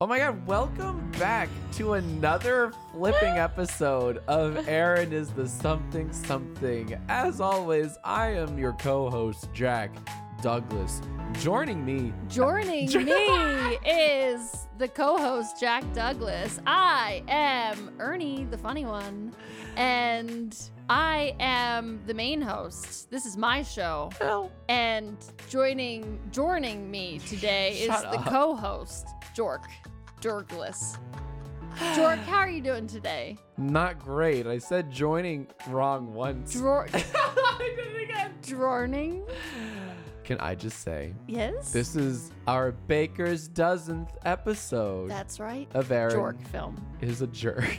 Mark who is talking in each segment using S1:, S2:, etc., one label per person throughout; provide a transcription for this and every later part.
S1: Oh my god, welcome back to another flipping episode of Aaron is the something something. As always, I am your co-host Jack Douglas. Joining me,
S2: Joining me is the co-host Jack Douglas. I am Ernie, the funny one, and I am the main host. This is my show,
S1: well,
S2: and joining joining me today is
S1: Shut
S2: the
S1: up.
S2: co-host Jork Douglas. Jork, how are you doing today?
S1: not great. I said joining wrong once.
S2: Dror-
S1: I did it again.
S2: droning?
S1: Can I just say
S2: Yes.
S1: this is our Baker's dozenth episode
S2: That's right.
S1: of Aaron
S2: Jork film.
S1: is a jerk.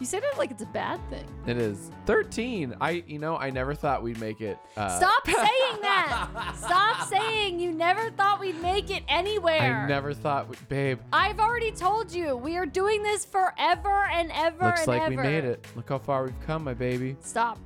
S2: You said it like it's a bad thing.
S1: it is 13. I you know, I never thought we'd make it uh,
S2: Stop saying that. Stop saying you never thought we'd make it anywhere.
S1: I never thought, we- babe.
S2: have already told you we are doing this forever and ever
S1: Looks
S2: and
S1: like
S2: ever.
S1: we made it. Look how far we've come, my baby.
S2: Stop.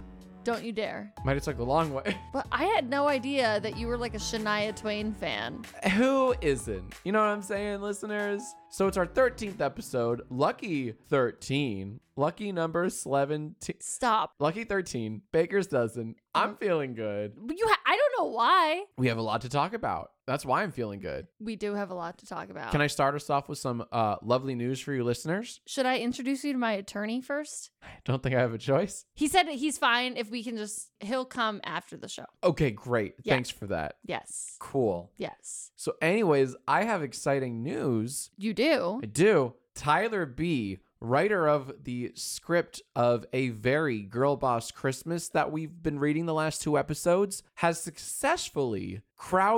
S2: Don't you dare.
S1: Might have took the long way.
S2: But I had no idea that you were like a Shania Twain fan.
S1: Who isn't? You know what I'm saying, listeners? So it's our 13th episode. Lucky 13. Lucky number 17.
S2: Stop.
S1: Lucky 13. Baker's dozen. I'm feeling good.
S2: But You ha- I don't know why.
S1: We have a lot to talk about. That's why I'm feeling good.
S2: We do have a lot to talk about.
S1: Can I start us off with some uh, lovely news for you listeners?
S2: Should I introduce you to my attorney first?
S1: I don't think I have a choice.
S2: He said that he's fine if we can just he'll come after the show.
S1: Okay, great.
S2: Yeah.
S1: Thanks for that.
S2: Yes.
S1: Cool.
S2: Yes.
S1: So, anyways, I have exciting news.
S2: You do.
S1: I do. Tyler B., writer of the script of A Very Girl Boss Christmas that we've been reading the last two episodes, has successfully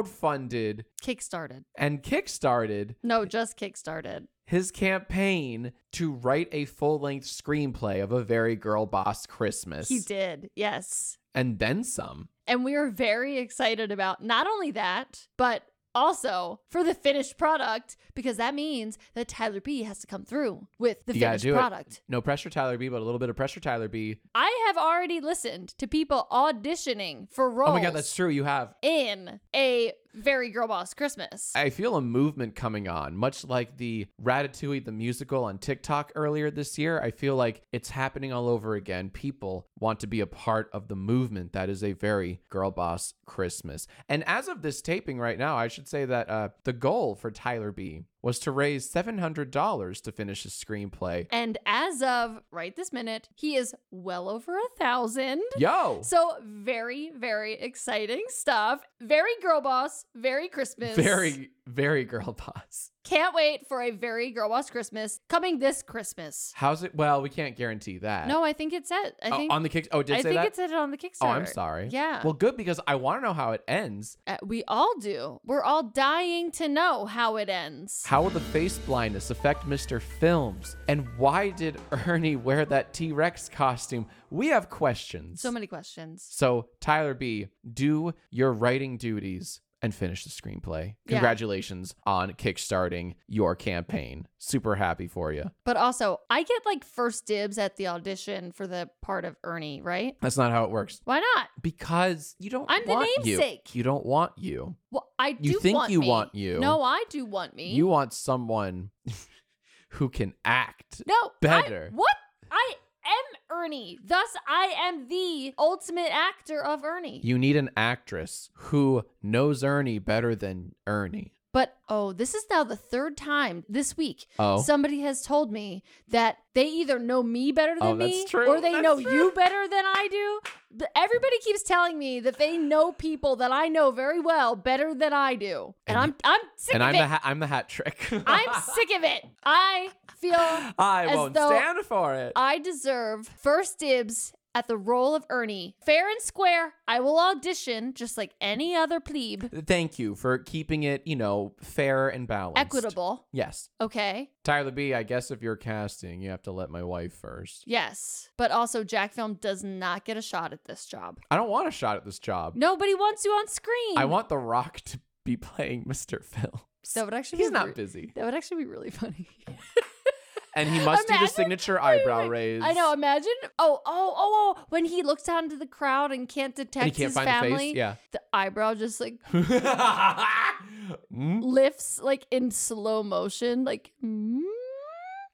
S1: crowdfunded
S2: Kickstarted.
S1: and kickstarted
S2: No, just kickstarted.
S1: his campaign to write a full length screenplay of A Very Girl Boss Christmas.
S2: He did, yes.
S1: And then some.
S2: And we are very excited about not only that, but also for the finished product, because that means that Tyler B has to come through with the
S1: You gotta
S2: finished
S1: do it.
S2: product.
S1: No pressure, Tyler B., but a little bit of pressure, Tyler B.
S2: I have already listened to people auditioning for roles
S1: Oh my God, that's true. You have.
S2: in a very girl boss Christmas.
S1: I feel a movement coming on, much like the Ratatouille the musical on TikTok earlier this year. I feel like it's happening all over again. People want to be a part of the movement that is a very girl boss Christmas. And as of this taping right now, I should say that uh, the goal for Tyler B was to raise $700 to finish his screenplay.
S2: and as of right this minute, he is well over a thousand.
S1: Yo!
S2: So very, very exciting stuff. Very girl boss, very Christmas.
S1: Very, very girl boss.
S2: Can't wait for a very girl boss Christmas coming this Christmas.
S1: How's it? Well, we can't guarantee that.
S2: No, I think it said. I
S1: Oh,
S2: think
S1: on the kick. Oh, it did
S2: I
S1: say
S2: think
S1: that?
S2: it said it on the Kickstarter.
S1: oh, I'm sorry.
S2: Yeah,
S1: Well, good because I want to know how it ends.
S2: Uh, we all do. We're all dying to know how it ends.
S1: How will the face blindness affect Mr. Films? And why did Ernie wear that T Rex costume? We have questions.
S2: so many questions.
S1: So, Tyler B., do your writing duties and finish the screenplay.
S2: Yeah.
S1: Congratulations on kickstarting your campaign. Super happy for you.
S2: But also, I get like first dibs at the audition for the part of Ernie, right?
S1: That's not how it works
S2: Why not?
S1: because you don't
S2: I'm the
S1: want
S2: namesake.
S1: you. You don't want you.
S2: Well, I do.
S1: You think
S2: want
S1: you
S2: me.
S1: want you.
S2: No, I do want me.
S1: You want someone who can act.
S2: No, I-
S1: Better.
S2: what? I am Ernie. Thus, I am the ultimate actor of Ernie.
S1: You need an actress who knows Ernie better than Ernie.
S2: but oh, this is now the third time this week
S1: Oh.
S2: somebody has told me that they either know me better than
S1: Oh, that's
S2: me
S1: true.
S2: or they
S1: That's
S2: know
S1: true.
S2: you better than I do. But everybody keeps telling me that they know people that I know very well better than I do. And, I'm I'm sick
S1: and
S2: of
S1: I'm
S2: it.
S1: the ha- I'm the hat trick.
S2: I'm sick of it. I feel
S1: I
S2: as
S1: won't
S2: though-
S1: stand for it.
S2: I deserve first dibs at the role of Ernie. Fair and square, I will audition just like any other plebe.
S1: Thank you for keeping it, you know, fair and balanced.
S2: Equitable.
S1: Yes.
S2: Okay.
S1: Tyler B, I guess if you're casting, you have to let my wife first.
S2: Yes. But also, Jack Film does not get a shot at this job.
S1: I don't want a shot at this job.
S2: Nobody wants you on screen.
S1: I want The Rock to be playing Mr. Phil.
S2: That would actually
S1: He's
S2: be re-
S1: not busy.
S2: That would actually be really funny.
S1: And he must do the
S2: Imagine-
S1: signature
S2: Wait,
S1: eyebrow
S2: wait.
S1: raise.
S2: I know. Imagine. Oh, oh, oh, oh. When he looks out into the crowd and can't detect
S1: And he can't
S2: his
S1: find
S2: family,
S1: the face. Yeah.
S2: the eyebrow just like
S1: Mm.
S2: lifts like in slow motion, like. mm.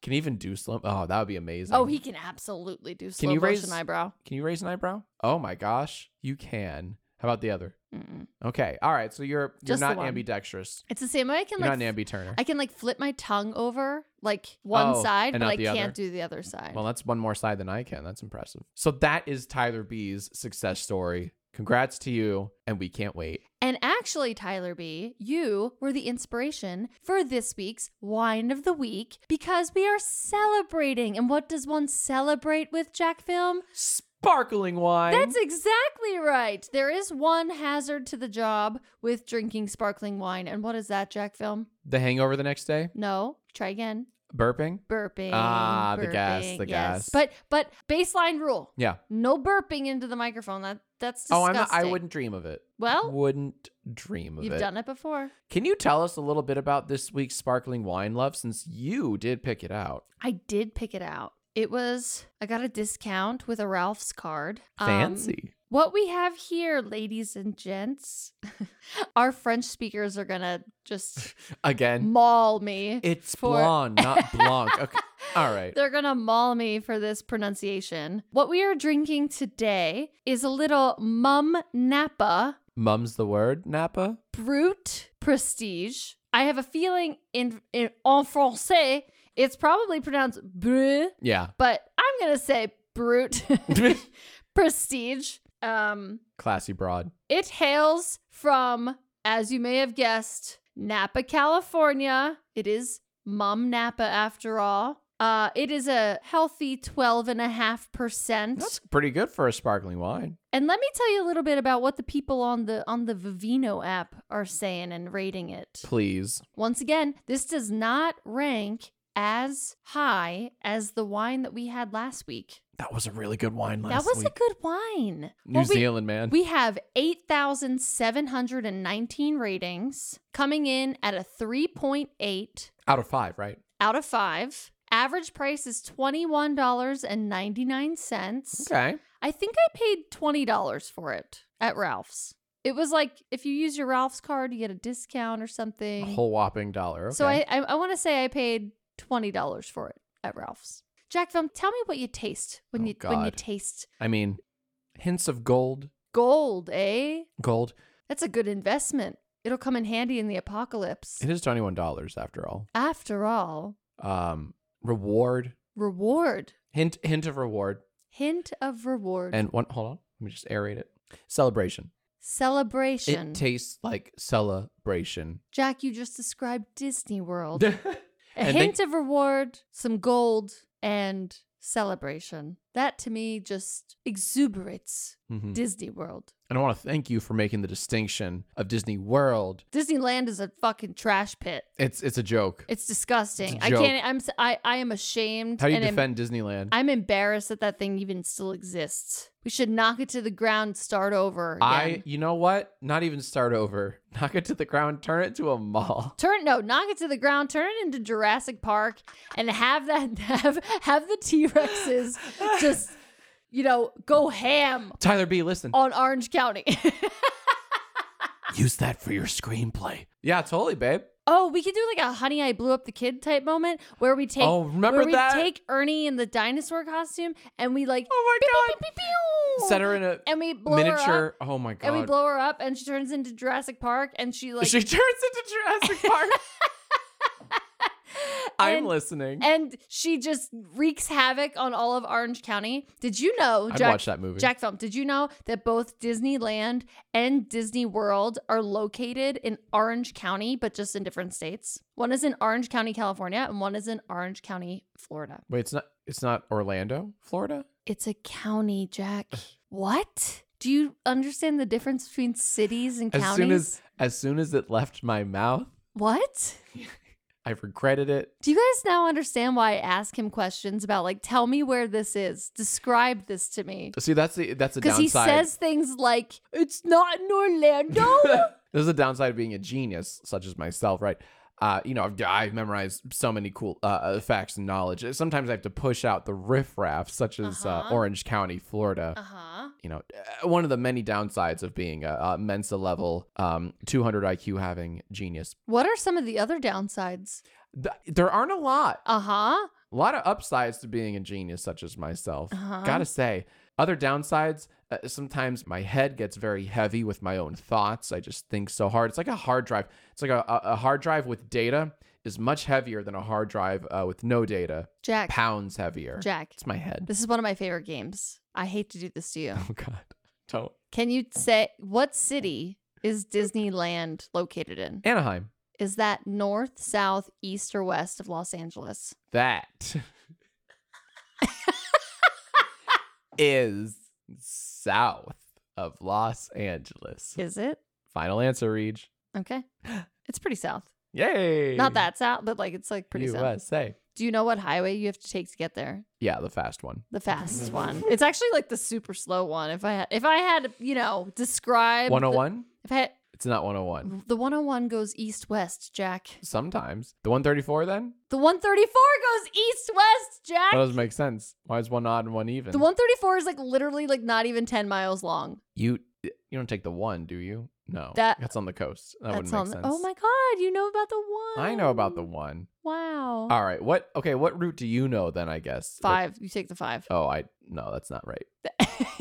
S1: Can he even do slow? Oh, that would be amazing.
S2: Oh, he can absolutely do slow
S1: you
S2: motion
S1: raise-
S2: eyebrow.
S1: Can you raise an eyebrow? Oh my gosh, you can. How about the other?
S2: Mm-mm.
S1: Okay, all right. So you're you're
S2: Just the
S1: not
S2: one.
S1: ambidextrous.
S2: It's the same way I can
S1: You're
S2: like
S1: not an
S2: f-
S1: ambi turner.
S2: I can like flip my tongue over like one
S1: Oh,
S2: side,
S1: and
S2: but
S1: not
S2: I
S1: the
S2: can't
S1: other.
S2: do the other side.
S1: Well, that's one more side than I can. That's impressive. So that is Tyler B's success story. Congrats to you, and we can't wait.
S2: and actually, Tyler B, you were the inspiration for this week's wine of the week because we are celebrating. And what does one celebrate with Jack Film?
S1: Sparkling wine.
S2: That's exactly right. There is one hazard to the job with drinking sparkling wine. And what is that, Jack Film?
S1: the hangover the next day.
S2: No, try again.
S1: Burping.
S2: Burping.
S1: Ah, the gas,
S2: burping,
S1: the gas.
S2: But but baseline rule.
S1: Yeah.
S2: No burping into the microphone. That that's
S1: Oh,
S2: disgusting.
S1: I'm not, I wouldn't dream of it.
S2: Well,
S1: wouldn't dream of
S2: you've
S1: it.
S2: done it before.
S1: Can you tell us a little bit about this week's sparkling wine, love? Since you did pick it out.
S2: I did pick it out. It was I got a discount with a Ralph's card. Um,
S1: Fancy.
S2: what we have here, ladies and gents, our French speakers are gonna just
S1: Again,
S2: maul me.
S1: it's
S2: for-
S1: blonde, not blanc. Okay. All right.
S2: They're gonna maul me for this pronunciation. What we are drinking today is a little Mum Napa
S1: Mum's the word, Napa.
S2: Brut Prestige. I have a feeling in in en français, it's probably pronounced Brut,
S1: Yeah.
S2: but I'm gonna say Brut Prestige. Um,
S1: Classy broad.
S2: it hails from, as you may have guessed, Napa, California. It is Mum Napa after all. Uh, it is a healthy 12.5%.
S1: That's pretty good for a sparkling wine.
S2: and let me tell you a little bit about what the people on the on the Vivino app are saying and rating it.
S1: Please.
S2: Once again, this does not rank as high as the wine that we had last week.
S1: That was a really good wine last
S2: that was
S1: week.
S2: a good wine.
S1: New
S2: Well, we-
S1: Zealand, man.
S2: we have 8,719 ratings, coming in at a 3.8
S1: Out of five, right?
S2: out of 5. Average price is $21.99.
S1: Okay.
S2: I think I paid $20 for it at Ralph's. It was like if you use your Ralph's card, you get a discount or
S1: A
S2: something.
S1: whole whopping dollar. Okay.
S2: So I, I, I want to say I paid $20 for it at Ralph's. Jack, Vum, tell me what you taste when
S1: Oh,
S2: you when you
S1: God.
S2: taste
S1: I mean, hints of gold.
S2: gold, eh?
S1: Gold.
S2: That's a good investment. It'll come in handy in the apocalypse.
S1: It is twenty-one dollars after all.
S2: After all,
S1: Um, reward.
S2: reward.
S1: Hint. Hint of reward.
S2: Hint of reward.
S1: And one. Hold on. Let me just aerate it. Celebration.
S2: Celebration.
S1: It tastes like celebration. Mm-hmm.
S2: Jack, you just described Disney World.
S1: and
S2: A
S1: they-
S2: hint of reward, some gold, and celebration. That to me just exuberates
S1: Mhm.
S2: Disney World.
S1: And I want to thank you for making the distinction of Disney World.
S2: Disneyland is a fucking trash pit.
S1: It's it's a joke.
S2: It's disgusting.
S1: It's a
S2: I
S1: joke.
S2: can't. e- I'm. s- I. I am ashamed.
S1: How do you
S2: and em-
S1: defend Disneyland?
S2: I'm embarrassed that that thing even still exists. We should knock it to the ground, start over.
S1: I
S2: again.
S1: you know what? Not even start over. Knock it to the ground, turn it to a mall.
S2: turn no, knock it to the ground, turn it into Jurassic Park, and have that have have the T Rexes just you know go ham
S1: Tyler B, listen.
S2: on Orange County.
S1: Use that for your screenplay. Yeah, totally, babe.
S2: oh, we could do like a Honey I Blew Up the Kid type moment where we take
S1: oh, remember
S2: where we
S1: that?
S2: take Ernie in the dinosaur costume and we like
S1: oh my god.
S2: pew, pew, pew,
S1: Set her in a
S2: and we blow her up.
S1: miniature. Oh my god.
S2: And we blow her up, and she turns into Jurassic Park, and she like
S1: she turns into Jurassic Park. I'm
S2: And-
S1: listening.
S2: and she just wreaks havoc on all of Orange County. Did you know,
S1: I'd
S2: Jack?
S1: watch that movie.
S2: Jack Thump, did you know that both Disneyland and Disney World are located in Orange County, but just in different states? One is in Orange County, California, and one is in Orange County, Florida.
S1: Wait, it's not it's not Orlando, Florida?
S2: It's a county, Jack. what? Do you understand the difference between cities and
S1: As
S2: counties?
S1: soon as as soon as it left my mouth,
S2: what?
S1: I regretted it.
S2: Do you guys now understand why I ask him questions about like, tell me where this is, describe this to me?
S1: See, that's the that's the
S2: Because he
S1: downside.
S2: says things like, it's not in Orlando.
S1: this is the downside of being a genius, such as myself, right? uh, you know, I've, I've memorized so many cool uh, uh, facts and knowledge. Sometimes I have to push out the riffraff, such as uh
S2: Uh-huh.
S1: Orange County, Florida.
S2: Uh huh.
S1: You know, uh, one of the many downsides of being a, a Mensa level um, 200 IQ having genius.
S2: What are some of the other downsides?
S1: Th- there aren't a lot,
S2: Uh huh.
S1: a lot of upsides to being a genius, such as myself.
S2: Uh-huh.
S1: Gotta say, other downsides. Uh, sometimes my head gets very heavy with my own thoughts. I just think so hard. It's like a hard drive. It's like a, a a hard drive with data is much heavier than a hard drive uh, with no data.
S2: Jack.
S1: Pounds heavier.
S2: Jack.
S1: It's my head.
S2: This is one of my favorite games. I hate to do this to you.
S1: Oh God. Don't.
S2: Can you say what city is Disneyland located in?
S1: Anaheim.
S2: Is that north, south, east, or west of Los Angeles?
S1: That is south of Los Angeles.
S2: Is it?
S1: Final answer, Reach.
S2: Okay. It's pretty south.
S1: Yay.
S2: Not that south, but like it's like pretty south.
S1: USA.
S2: Do you know what highway you have to take to get there?
S1: Yeah, the fast one.
S2: The fast
S1: Mm-hmm.
S2: one. It's actually like the super slow one. If I had, if I had, you know, describe the-
S1: 101?
S2: If I had,
S1: It's not 101.
S2: the 101 goes east west, Jack.
S1: Sometimes. The 134 then?
S2: The 134 goes east west, Jack.
S1: That doesn't make sense. Why is one odd and one even?
S2: The 134 is like literally like not even 10 miles long.
S1: you you don't take the one, do you? No.
S2: That-
S1: That's on the coast. That wouldn't make
S2: on the-
S1: sense.
S2: Oh my god, you know about the one.
S1: I know about the one.
S2: Wow.
S1: All right. What okay, what route do you know then, I guess? What-
S2: 5. You take the 5.
S1: Oh, I no, that's not right.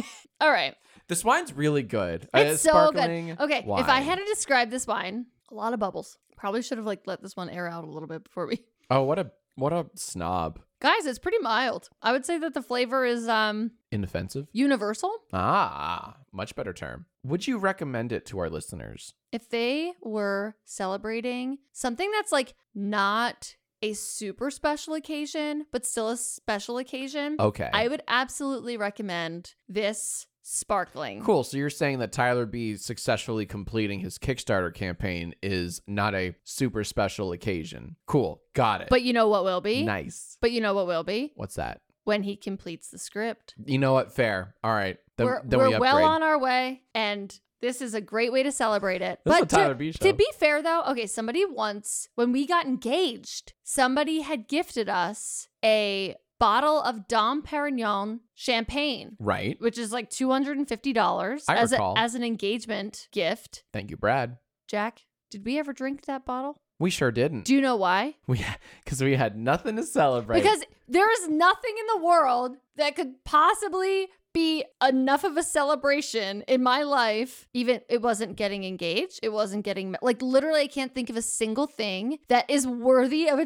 S2: All right.
S1: This wine's really good.
S2: It's so good. Oh. Okay, if I
S1: Uh, wine.
S2: had to describe this wine, a lot of bubbles. Probably should have like let this one air out a little bit before we
S1: Oh, what a what a snob.
S2: Guys, it's pretty mild. I would say that the flavor is um
S1: Inoffensive.
S2: universal.
S1: Ah, much better term. Would you recommend it to our listeners?
S2: If they were celebrating something that's like not a super special occasion, but still a special occasion,
S1: Okay.
S2: I would absolutely recommend this sparkling.
S1: Cool. So you're saying that Tyler B successfully completing his Kickstarter campaign is not a super special occasion. Cool. Got it.
S2: But you know what will be?
S1: nice.
S2: But you know what will be?
S1: What's that?
S2: When he completes the script.
S1: You know what? Fair. All right. Then,
S2: we're
S1: then
S2: we're
S1: we upgrade.
S2: well on our way, and this is a great way to celebrate it.
S1: This is
S2: but
S1: the Tyler
S2: to,
S1: B show.
S2: to be fair, though, okay, somebody once, when we got engaged, somebody had gifted us a bottle of Dom Perignon champagne.
S1: right.
S2: Which is like two hundred and fifty dollars
S1: I
S2: as a,
S1: recall.
S2: as an engagement gift.
S1: Thank you, Brad.
S2: Jack, did we ever drink that bottle?
S1: We sure didn't.
S2: Do you know why?
S1: we because we had nothing to celebrate.
S2: Because there is nothing in the world that could possibly be enough of a celebration in my life. Even it wasn't getting engaged, it wasn't getting ma- like literally I can't think of a single thing that is worthy of a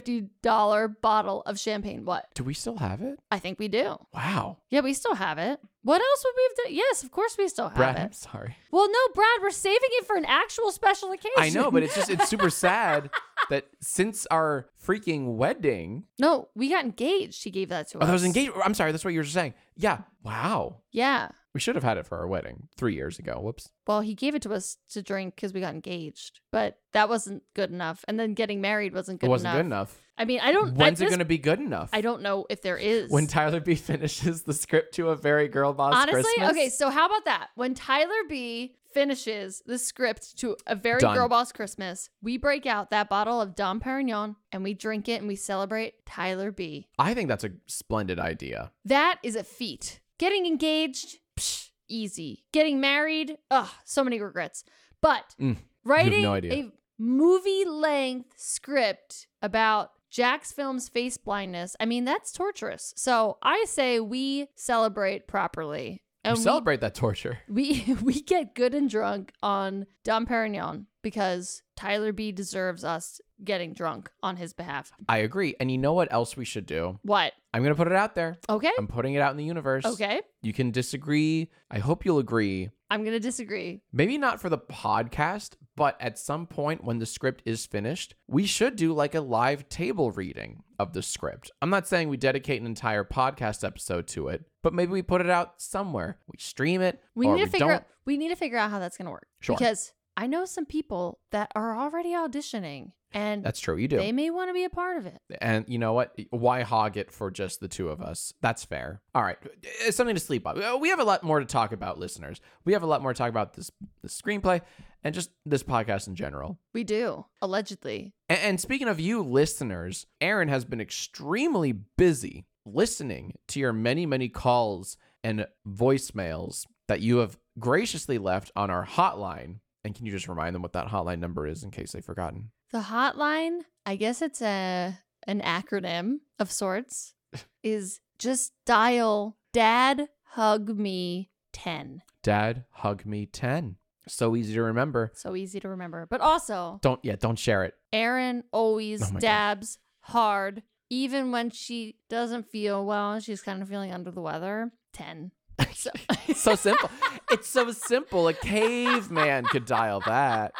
S2: $250 bottle of champagne. What?
S1: do we still have it?
S2: I think we do.
S1: Wow.
S2: Yeah, we still have it. What else would we have done? Yes, of course we still have
S1: Brad, I'm
S2: it.
S1: sorry.
S2: Well, no, Brad, we're saving it for an actual special occasion.
S1: I know, but it's just it's super sad that since our freaking wedding,
S2: No, we got engaged. He gave that to
S1: oh,
S2: us.
S1: that was engaged. I'm sorry, that's what you were saying. Yeah. Wow.
S2: Yeah.
S1: We should have had it for our wedding three years ago. Whoops.
S2: Well, he gave it to us to drink because we got engaged, but that wasn't good enough. And then getting married wasn't good
S1: it wasn't
S2: enough.
S1: good enough.
S2: I mean, I don't.
S1: When's
S2: I,
S1: it
S2: this-
S1: going to be good enough?
S2: I don't know if there is.
S1: When Tyler B finishes the script to a very girl boss
S2: Honestly,
S1: Christmas.
S2: okay. So how about that? When Tyler B finishes the script to a very
S1: Done.
S2: girl boss Christmas, we break out that bottle of Dom Perignon and we drink it and we celebrate Tyler B.
S1: I think that's a splendid idea.
S2: That is a feat. Getting engaged, psh, easy. Getting married, ugh, so many regrets. But
S1: Mm,
S2: writing
S1: no idea.
S2: a movie length script about Jack's film's face blindness, I mean, that's torturous. So I say we celebrate properly.
S1: You
S2: we-
S1: celebrate that torture.
S2: we we get good and drunk on Dom Perignon because Tyler B deserves us getting drunk on his behalf.
S1: I agree. And you know what else we should do?
S2: What?
S1: I'm going to put it out there.
S2: Okay.
S1: I'm putting it out in the universe.
S2: Okay.
S1: You can disagree. I hope you'll agree.
S2: I'm going to disagree.
S1: Maybe not for the podcast, but at some point when the script is finished, we should do like a live table reading of the script. I'm not saying we dedicate an entire podcast episode to it, but maybe we put it out somewhere. We stream it.
S2: We
S1: or
S2: need to figure
S1: don't.
S2: out we need to figure out how that's gonna work.
S1: Sure.
S2: Because I know some people that are already auditioning and
S1: That's true. You do.
S2: they may want to be a part of it.
S1: And you know what? Why hog it for just the two of us? That's fair. All right. Uh, It's something to sleep on. We have a lot more to talk about, listeners. We have a lot more to talk about this, this screenplay and just this podcast in general.
S2: We do, allegedly.
S1: A- And speaking of you listeners, Aaron has been extremely busy listening to your many, many calls and voicemails that you have graciously left on our hotline. And can you just remind them what that hotline number is in case they've forgotten?
S2: The hotline, I guess it's a an acronym of sorts, is just dial dad hug me 10.
S1: Dad, hug me 10. So easy to remember.
S2: So easy to remember. But also,
S1: Don't, yeah, don't share it.
S2: Erin always
S1: Oh my God.
S2: dabs hard, even when she doesn't feel well. She's kind of feeling under the weather. 10. So,
S1: So simple. it's so simple. A caveman could dial that.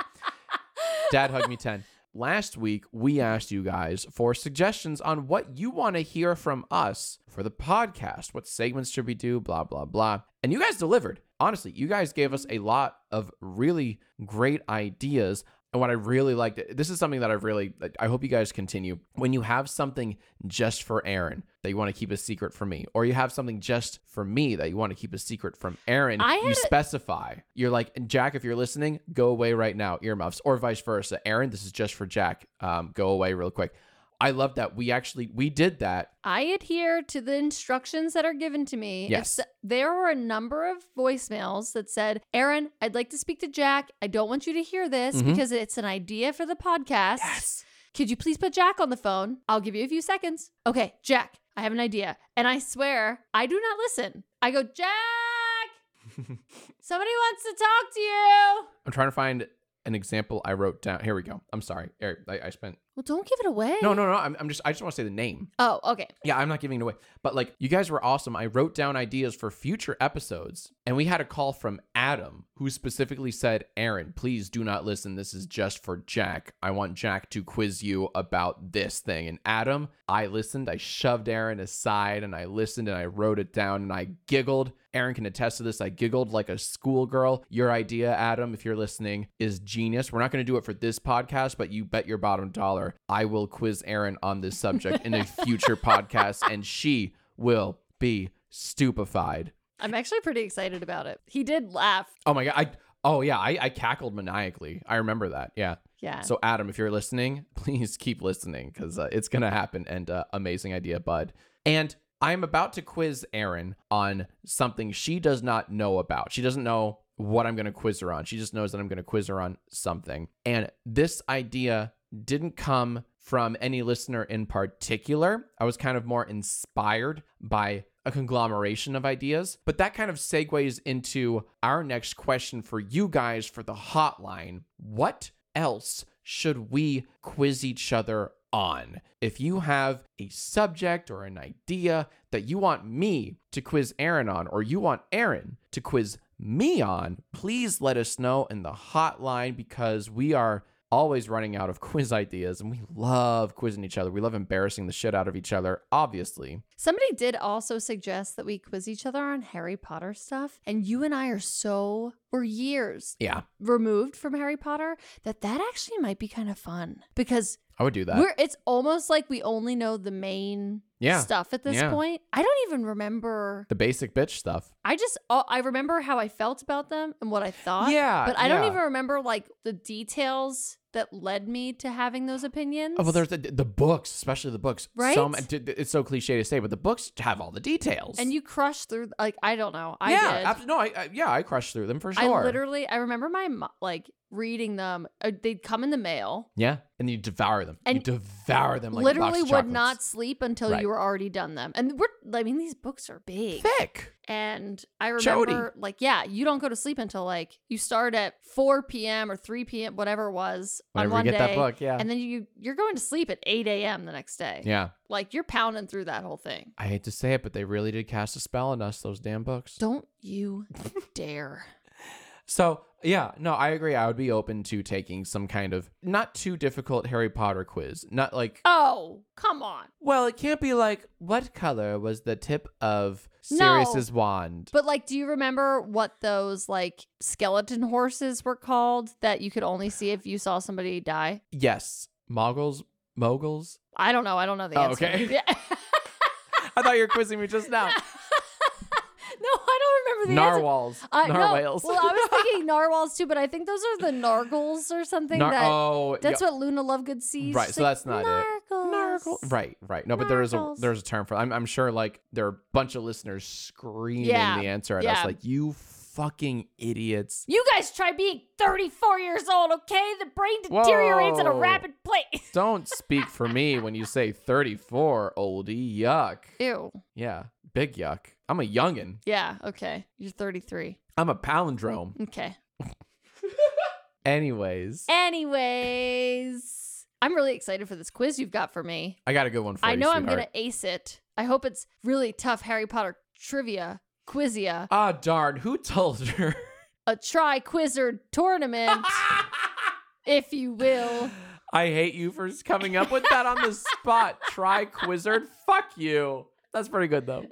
S1: Dad Hug Me 10. Last week, we asked you guys for suggestions on what you want to hear from us for the podcast. What segments should we do? Blah, blah, blah. And you guys delivered. Honestly, you guys gave us a lot of really great ideas. And what I really liked, this is something that I've really, I hope you guys continue. When you have something just for Aaron that you want to keep a secret from me, or you have something just for me that you want to keep a secret from Aaron,
S2: I
S1: you
S2: had
S1: specify. You're like, "And Jack, if you're listening, go away right now, earmuffs, or vice versa. Aaron, this is just for Jack. Um, go away real quick. I love that we actually we did that.
S2: I adhere to the instructions that are given to me. If
S1: Yes.
S2: s- there were a number of voicemails that said, Aaron, I'd like to speak to Jack. I don't want you to hear this
S1: Mhm.
S2: because it's an idea for the podcast. Could you please put Jack on the phone? I'll give you a few seconds. Okay, Jack, I have an idea. And I swear, I do not listen. I go, Jack, somebody wants to talk to you.
S1: I'm trying to find an example I wrote down. Here we go. I'm sorry, Eric. I, I spent
S2: Well, don't give it away.
S1: no, no, no. I'm, I'm just I just want to say the name.
S2: Oh, okay.
S1: Yeah, I'm not giving it away. But like, you guys were awesome. I wrote down ideas for future episodes, and we had a call from Adam who specifically said, Aaron, please do not listen. This is just for Jack. I want Jack to quiz you about this thing. And Adam, I listened. I shoved Aaron aside and I listened and I wrote it down and I giggled. Aaron can attest to this. I giggled like a schoolgirl. Your idea, Adam, if you're listening, is genius. We're not going to do it for this podcast, but you bet your bottom dollar I will quiz Aaron on this subject in a future podcast, and she will be stupefied.
S2: I'm actually pretty excited about it. He did laugh.
S1: Oh my god! I oh yeah, I, I cackled maniacally. I remember that. Yeah.
S2: Yeah.
S1: So Adam, if you're listening, please keep listening because uh, it's gonna happen. And uh, amazing idea, bud. And I'm about to quiz Erin on something she does not know about. She doesn't know what I'm gonna quiz her on. She just knows that I'm gonna quiz her on something. And this idea didn't come from any listener in particular. I was kind of more inspired by a conglomeration of ideas. But that kind of segues into our next question for you guys for the hotline. What else should we quiz each other on? If you have a subject or an idea that you want me to quiz Aaron on, or you want Aaron to quiz me on, please let us know in the hotline because we are always running out of quiz ideas and we love quizzing each other. We love embarrassing the shit out of each other, obviously.
S2: Somebody did also suggest that we quiz each other on Harry Potter stuff, and you and I are so we're years
S1: Yeah,
S2: removed from Harry Potter that that actually might be kind of fun because
S1: I would do that.
S2: we're it's almost like we only know the main
S1: Yeah.
S2: stuff at this
S1: Yeah.
S2: point. I don't even remember.
S1: the basic bitch stuff.
S2: I just all- I remember how I felt about them and what I thought.
S1: Yeah,
S2: but I don't
S1: yeah.
S2: even remember like the details that led me to having those opinions.
S1: Oh, well, there's the, the books, especially the books.
S2: Right?
S1: Some, it's so cliche to say, but the books have all the details.
S2: and you crushed through like I don't know. I
S1: yeah,
S2: did.
S1: abs- no, I, I yeah, I crushed through them for sure.
S2: I literally, I remember my mo- like reading them. Uh, they'd come in the mail.
S1: yeah, and you devour them.
S2: And
S1: you devour them like a box
S2: literally
S1: of
S2: would not
S1: chocolates.
S2: sleep until
S1: Right.
S2: you were already done them. And we're, I mean, these books are big.
S1: thick.
S2: And I
S1: Jody.
S2: remember, like, yeah, you don't go to sleep until like you start at 4 p.m. or 3 p.m., whatever it was,
S1: Whenever
S2: on one
S1: you get
S2: day.
S1: that book, yeah,
S2: And then you you're going to sleep at 8 a.m. the next day.
S1: yeah.
S2: Like you're pounding through that whole thing.
S1: I hate to say it, but they really did cast a spell on us. Those damn books.
S2: Don't you dare.
S1: So yeah, no, I agree. I would be open to taking some kind of not too difficult Harry Potter quiz. Not like
S2: Oh, come on.
S1: well, it can't be like what color was the tip of
S2: No.
S1: Sirius's wand.
S2: But like, do you remember what those like skeleton horses were called that you could only see if you saw somebody die?
S1: Yes, moguls, moguls.
S2: I don't know. I don't know the
S1: Oh,
S2: answer.
S1: okay. Uh,
S2: Yeah.
S1: I thought you were quizzing me just
S2: no,
S1: now.
S2: I don't remember the answer-
S1: Narwhals.
S2: Uh, no,
S1: Narwhales.
S2: well, I was thinking narwhals too, but I think those are the nargles or something.
S1: Nar-
S2: that
S1: oh,
S2: that's
S1: yeah.
S2: what Luna Lovegood sees.
S1: Right,
S2: She's
S1: so
S2: like,
S1: that's not it.
S2: nargles. it.
S1: Right, right. No, but there is a
S2: Narwhals.
S1: there's a term for. I'm I'm sure like there are a bunch of listeners screaming
S2: Yeah,
S1: the answer at
S2: yeah.
S1: us like you fucking idiots.
S2: You guys try being 34 years old, okay? The brain deteriorates at a
S1: Whoa.
S2: rapid pace.
S1: Don't speak for me when you say 34, oldie. Yuck.
S2: Ew.
S1: Yeah, big yuck. I'm a youngin.
S2: Yeah, okay. You're 33.
S1: I'm a palindrome.
S2: Okay.
S1: Anyways,
S2: Anyways, I'm really excited for this quiz you've got for me.
S1: I got a good one for
S2: I
S1: you.
S2: know I'm
S1: sweetheart.
S2: going to ace it. I hope it's really tough Harry Potter trivia, quizia,
S1: Ah, darn. Who told her?
S2: a try quizzer tournament, if you will.
S1: I hate you for coming up with that on the spot. Try Quizzard. Fuck you. That's pretty good though.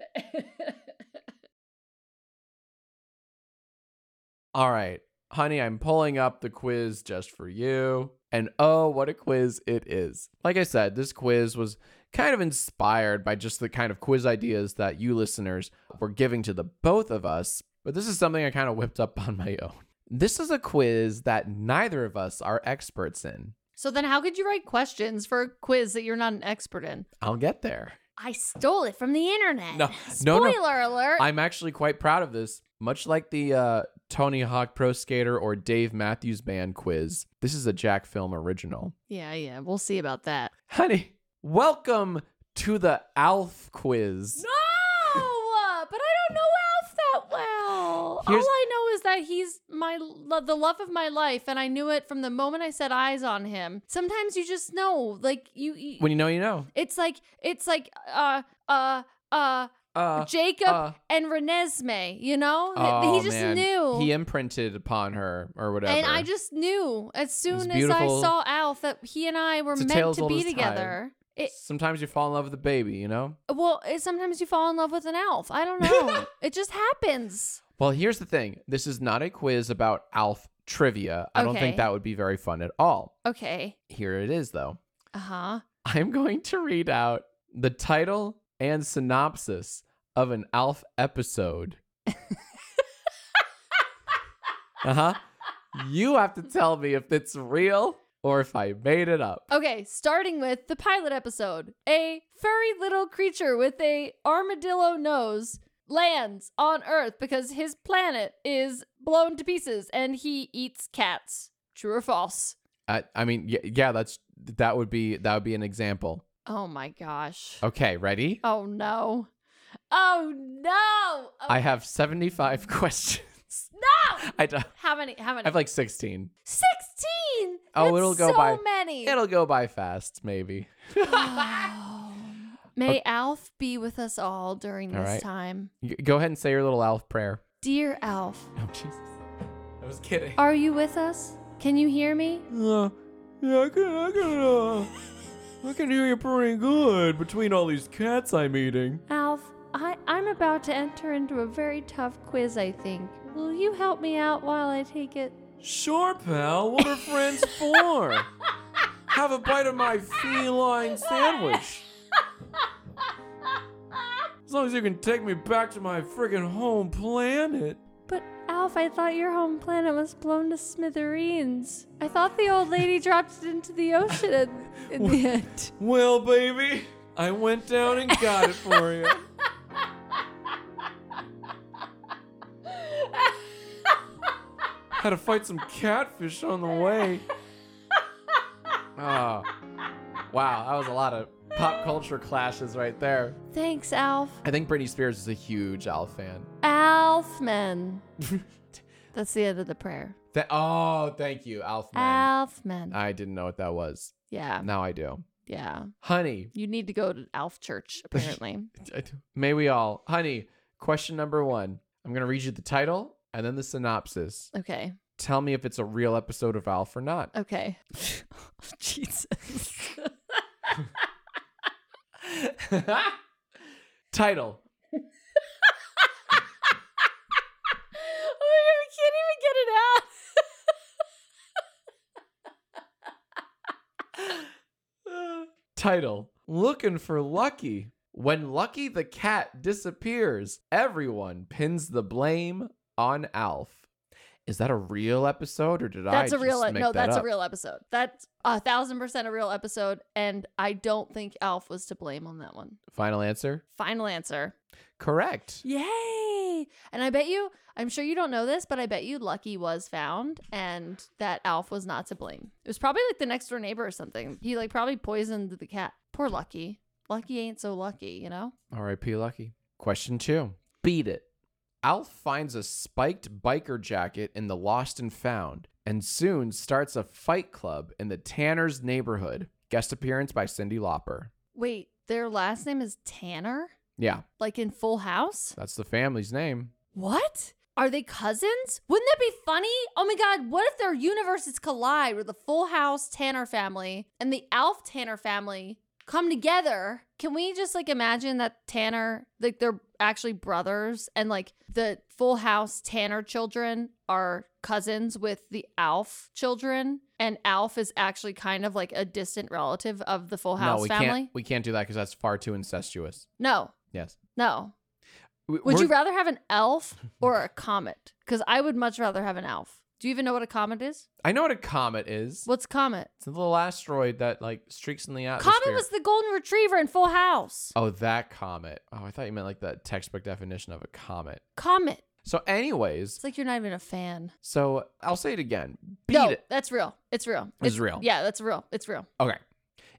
S1: All right, honey, I'm pulling up the quiz just for you. And oh, what a quiz it is. Like I said, this quiz was kind of inspired by just the kind of quiz ideas that you listeners were giving to the both of us. But this is something I kind of whipped up on my own. This is a quiz that neither of us are experts in.
S2: so then, how could you write questions for a quiz that you're not an expert in?
S1: I'll get there.
S2: I stole it from the internet.
S1: No, no,
S2: Spoiler
S1: no.
S2: alert.
S1: I'm actually quite proud of this. Much like the uh, Tony Hawk Pro Skater or Dave Matthews Band quiz, this is a Jack Film original.
S2: yeah, yeah. We'll see about that.
S1: Honey, welcome to the ALF quiz.
S2: No, uh, but I don't know Alf that well.
S1: Here's-
S2: All I know is that he's my lo- the love of my life, and I knew it from the moment I set eyes on him. Sometimes you just know, like you. you
S1: When you know, you know.
S2: it's like it's like uh uh uh
S1: Uh,
S2: Jacob
S1: uh,
S2: and Renesmee. You know, Th-
S1: oh,
S2: he just
S1: man.
S2: knew.
S1: He imprinted upon her or whatever.
S2: and I just knew as soon as I
S1: beautiful.
S2: saw Alf that he and I were
S1: It's a tale
S2: meant
S1: as
S2: to
S1: old
S2: be
S1: as time.
S2: together. It,
S1: Sometimes you fall in love with a baby, you know?
S2: well, it, sometimes you fall in love with an elf. I don't know. it just happens.
S1: Well, here's the thing this is not a quiz about ALF trivia. I don't
S2: Okay.
S1: think that would be very fun at all.
S2: Okay.
S1: Here it is, though.
S2: Uh huh.
S1: I'm going to read out the title and synopsis of an ALF episode. uh huh. You have to tell me if it's real or if I made it up.
S2: Okay, starting with the pilot episode. A furry little creature with a armadillo nose lands on Earth because his planet is blown to pieces and he eats cats. True or false?
S1: I, I mean, yeah, yeah, that's that would be that would be an example.
S2: Oh my gosh.
S1: Okay, ready?
S2: Oh no. Oh no. Oh,
S1: I have 75 questions.
S2: no.
S1: I, don't-
S2: How many? How
S1: I
S2: many?
S1: have like 16.
S2: 16.
S1: Oh,
S2: That's
S1: it'll go
S2: so
S1: by-
S2: many.
S1: It'll go by fast, maybe.
S2: Oh. May Alf be with us all during
S1: All
S2: this
S1: right.
S2: time.
S1: Y- Go ahead and say your little ALF prayer.
S2: Dear Alf,
S1: Oh, Jesus. I was kidding.
S2: are you with us? Can you hear me?
S1: Uh, yeah, I can, I can, uh, I can hear you pretty good between all these cats I'm eating.
S2: Alf, I, I'm about to enter into a very tough quiz, I think. Will you help me out while I take it?
S1: Sure, pal. What are friends for? Have a bite of my feline sandwich. As long as you can take me back to my friggin' home planet.
S2: But Alf, I thought your home planet was blown to smithereens. I thought the old lady dropped it into the ocean at, in the end.
S1: Well, baby, I went down and got it for you. Had to fight some catfish on the way. Oh, wow, that was a lot of pop culture clashes right there.
S2: Thanks, Alf.
S1: I think Britney Spears is a huge Al fan.
S2: Alfman. That's the end of the prayer.
S1: Th- oh, thank you, Alf Man.
S2: Alfman.
S1: I didn't know what that was.
S2: yeah,
S1: Now I do.
S2: yeah.
S1: Honey,
S2: You need to go to Alf Church, apparently.
S1: May we all. Honey, question number one. I'm going to read you the title and then the synopsis.
S2: okay,
S1: Tell me if it's a real episode of Alf or not.
S2: okay. Jesus.
S1: title
S2: oh my god, we can't even get it out.
S1: Title Looking for Lucky. When Lucky the cat disappears, everyone pins the blame on Alf. Is that a real episode or did
S2: That's
S1: I
S2: a real. e-
S1: just make
S2: No,
S1: that
S2: that's
S1: up?
S2: a real episode. That's a thousand percent a real episode, and I don't think Alf was to blame on that one.
S1: Final answer?
S2: Final answer.
S1: Correct.
S2: Yay! And I bet you, I'm sure you don't know this, but I bet you Lucky was found and that Alf was not to blame. It was probably like the next door neighbor or something. He like probably poisoned the cat. Poor Lucky. Lucky ain't so lucky, you know?
S1: R.I.P. Lucky. Question two. Beat it. Alf finds a spiked biker jacket in the Lost and Found and soon starts a fight club in the Tanner's neighborhood. Guest appearance by Cindy Lauper.
S2: Wait, their last name is Tanner?
S1: Yeah,
S2: Like in Full House?
S1: that's the family's name.
S2: What? Are they cousins? Wouldn't that be funny? Oh my god, what if their universes collide where the Full House Tanner family and the Alf Tanner family come together? Can we just like imagine that Tanner, like they're actually brothers and like the Full House Tanner children are cousins with the Alf children and Alf is actually kind of like a distant relative of the Full House
S1: no, we
S2: family?
S1: can't. We can't do that because that's far too incestuous.
S2: No.
S1: Yes.
S2: No.
S1: W-
S2: Would
S1: we're-
S2: you rather have an elf or a comet? Because I would much rather have an elf. Do you even know what a comet is?
S1: I know what a comet is.
S2: What's a comet?
S1: It's a little asteroid that like streaks in the atmosphere.
S2: Comet was the golden retriever in Full House.
S1: Oh, that comet. Oh, I thought you meant like the textbook definition of a comet.
S2: Comet.
S1: So, anyways,
S2: It's like you're not even a fan.
S1: so I'll say it again. Beat
S2: no,
S1: it.
S2: that's real. It's real.
S1: It's real.
S2: Yeah, that's real. It's real.
S1: Okay.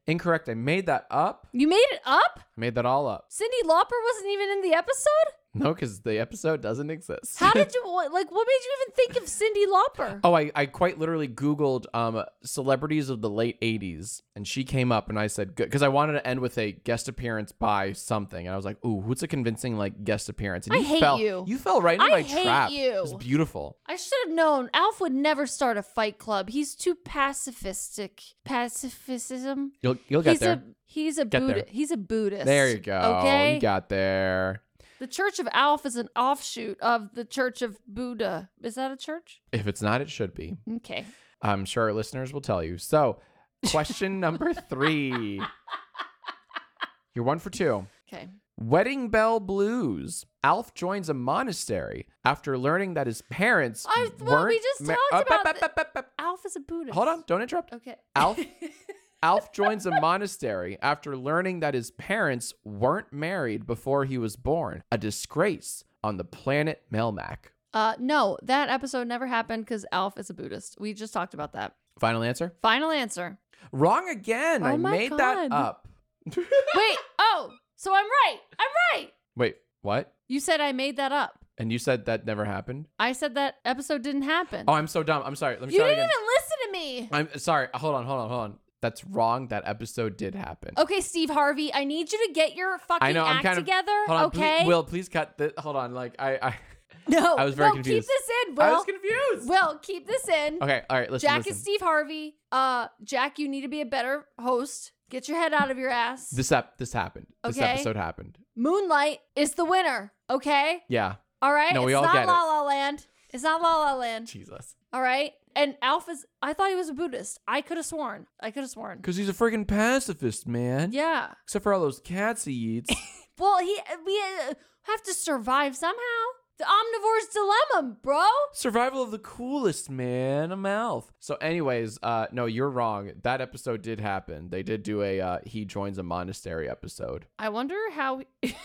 S1: Incorrect. I made that up.
S2: You made it up?
S1: I made that all up.
S2: Cindy Lauper wasn't even in the episode?
S1: No, because the episode doesn't exist.
S2: How did you, what- like, what made you even think of Cindy Lauper?
S1: Oh, I, I quite literally Googled um, celebrities of the late 80s, and she came up, and I said, because I wanted to end with a guest appearance by something. And I was like, ooh, what's a convincing like guest appearance? And
S2: I hate
S1: fell,
S2: you.
S1: You fell right into
S2: I
S1: my
S2: hate
S1: trap.
S2: you.
S1: It was beautiful.
S2: I should have known. Alf would never start a fight club. He's too pacifistic. Pacifism.
S1: You'll, you'll get
S2: he's
S1: there.
S2: a he's a
S1: Get
S2: Buddha,
S1: there.
S2: he's a Buddhist.
S1: there you go.
S2: Okay.
S1: You got there.
S2: the Church of Alf is an offshoot of the Church of Buddha. Is that a church?
S1: If it's not, it should be.
S2: Okay.
S1: I'm sure our listeners will tell you. So, question number three. You're one for two.
S2: Okay.
S1: Wedding Bell Blues. Alf joins a monastery after learning that his parents
S2: I-
S1: weren't.
S2: well, we just talked
S1: uh,
S2: about
S1: bup,
S2: the-
S1: bup, bup, bup.
S2: Alf is a Buddhist.
S1: Hold on, don't interrupt.
S2: Okay.
S1: Alf? Alf joins a monastery after learning that his parents weren't married before he was born, a disgrace on the planet Melmac.
S2: Uh no, that episode never happened because Alf is a Buddhist. We just talked about that.
S1: Final answer?
S2: Final answer.
S1: Wrong again.
S2: Oh
S1: I
S2: my
S1: made that
S2: God.
S1: up.
S2: Wait, oh, so I'm right. I'm right.
S1: Wait, what?
S2: You said I made that up.
S1: And you said that never happened?
S2: I said that episode didn't happen.
S1: Oh, I'm so dumb. I'm sorry. Let me
S2: you
S1: try it
S2: didn't
S1: again.
S2: even listen to me.
S1: I'm sorry. Hold on, hold on, hold on. That's wrong. That episode did happen.
S2: Okay, Steve Harvey, I need you to get your fucking
S1: know, I'm
S2: act
S1: kind of-
S2: together.
S1: Hold on,
S2: okay.
S1: please, Will, please cut the. Hold on, like I, I,
S2: No,
S1: I was very
S2: no,
S1: confused.
S2: Keep this in,
S1: I
S2: Will.
S1: was confused.
S2: Will, keep this in.
S1: Okay, all right, listen,
S2: Jack
S1: listen.
S2: is Steve Harvey. Uh, Jack, you need to be a better host. Get your head out of your ass.
S1: This ep- this happened. This
S2: Okay.
S1: episode happened.
S2: Moonlight is the winner. Okay,
S1: Yeah,
S2: all right.
S1: No, we
S2: it's
S1: all
S2: not
S1: get it.
S2: La La Land. It's not La La Land.
S1: Jesus,
S2: All right. And Alf is. I thought he was a Buddhist. I could have sworn. I could have sworn.
S1: because he's a freaking pacifist, man.
S2: Yeah.
S1: Except for all those cats he eats.
S2: Well, he we uh, have to survive somehow. The omnivore's dilemma, bro.
S1: Survival of the coolest, man. A mouth. So, anyways, uh, no, you're wrong. That episode did happen. They did do a uh, he joins a monastery episode.
S2: I wonder how.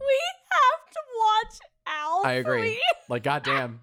S2: we have to watch Alf.
S1: I agree.
S2: We-
S1: Like, goddamn.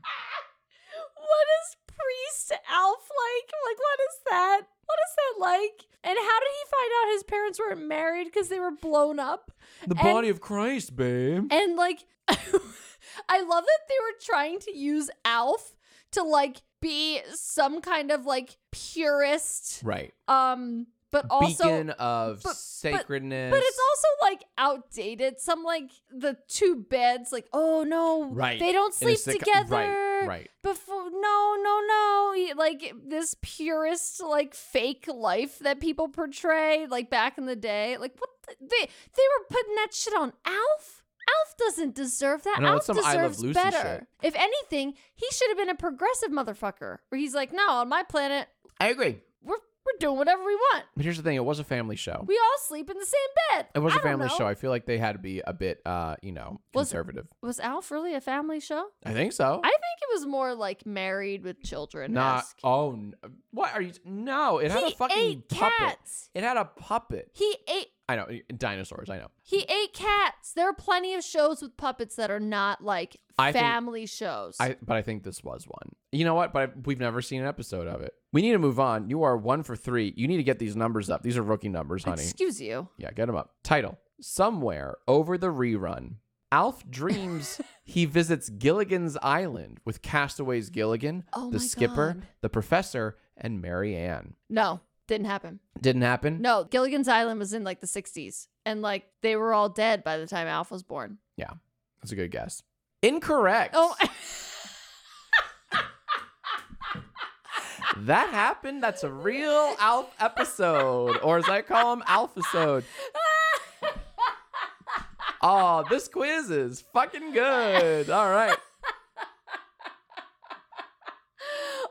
S2: what is priest Alf like? Like, what is that? What is that like? And how did he find out his parents weren't married because they were blown up?
S1: The
S2: And-
S1: body of Christ, babe.
S2: And like, I love that they were trying to use Alf to like be some kind of like purist,
S1: right.
S2: um, but also
S1: Beacon of
S2: but- but-
S1: sacredness.
S2: But it's also like outdated. Some like the two beds, like oh no,
S1: Right.
S2: They don't
S1: In a
S2: sleep
S1: sick-
S2: together.
S1: Right, right.
S2: Before no, no, no. Y- Like this purist, like fake life that people portray, like back in the day. Like what the- they they were putting that shit on Alf. Alf doesn't deserve that.
S1: I know,
S2: Alf
S1: it's some I Love
S2: deserves
S1: Lucy
S2: better. If anything, he should have been a progressive motherfucker. Where he's like, no, on my planet,
S1: I agree.
S2: we're we're We're doing whatever we want.
S1: But here's the thing: it was a family show.
S2: We all sleep in the same bed.
S1: It was
S2: a
S1: a family show. I feel like they had to be a bit, uh, you know,
S2: Was-
S1: conservative.
S2: Was Alf really a family show?
S1: I think so.
S2: I think it was more like married with children.
S1: Not. Oh, n- what are you? No, it had
S2: he
S1: a fucking
S2: ate
S1: puppet.
S2: cats.
S1: It had a puppet.
S2: He ate
S1: I know dinosaurs. I know.
S2: he ate cats. There are plenty of shows with puppets that are not like
S1: I think-
S2: family shows.
S1: I but I think this was one. You know what? But I, we've never seen an episode of it. We need to move on. You are one for three. You need to get these numbers up. These are rookie numbers, honey.
S2: Excuse you.
S1: Yeah, get them up. Title: Somewhere over the rerun, Alf dreams he visits Gilligan's Island with castaways Gilligan,
S2: Oh
S1: the
S2: my
S1: skipper,
S2: God.
S1: the professor, and Mary Ann.
S2: No, didn't happen.
S1: Didn't happen.
S2: No, Gilligan's Island was in like the 60s and like they were all dead by the time Alf was born.
S1: That's a good guess. Incorrect.
S2: Oh,
S1: that happened. That's a real Alf episode, or as I call him, Alfisode. Oh, this quiz is fucking good. All right.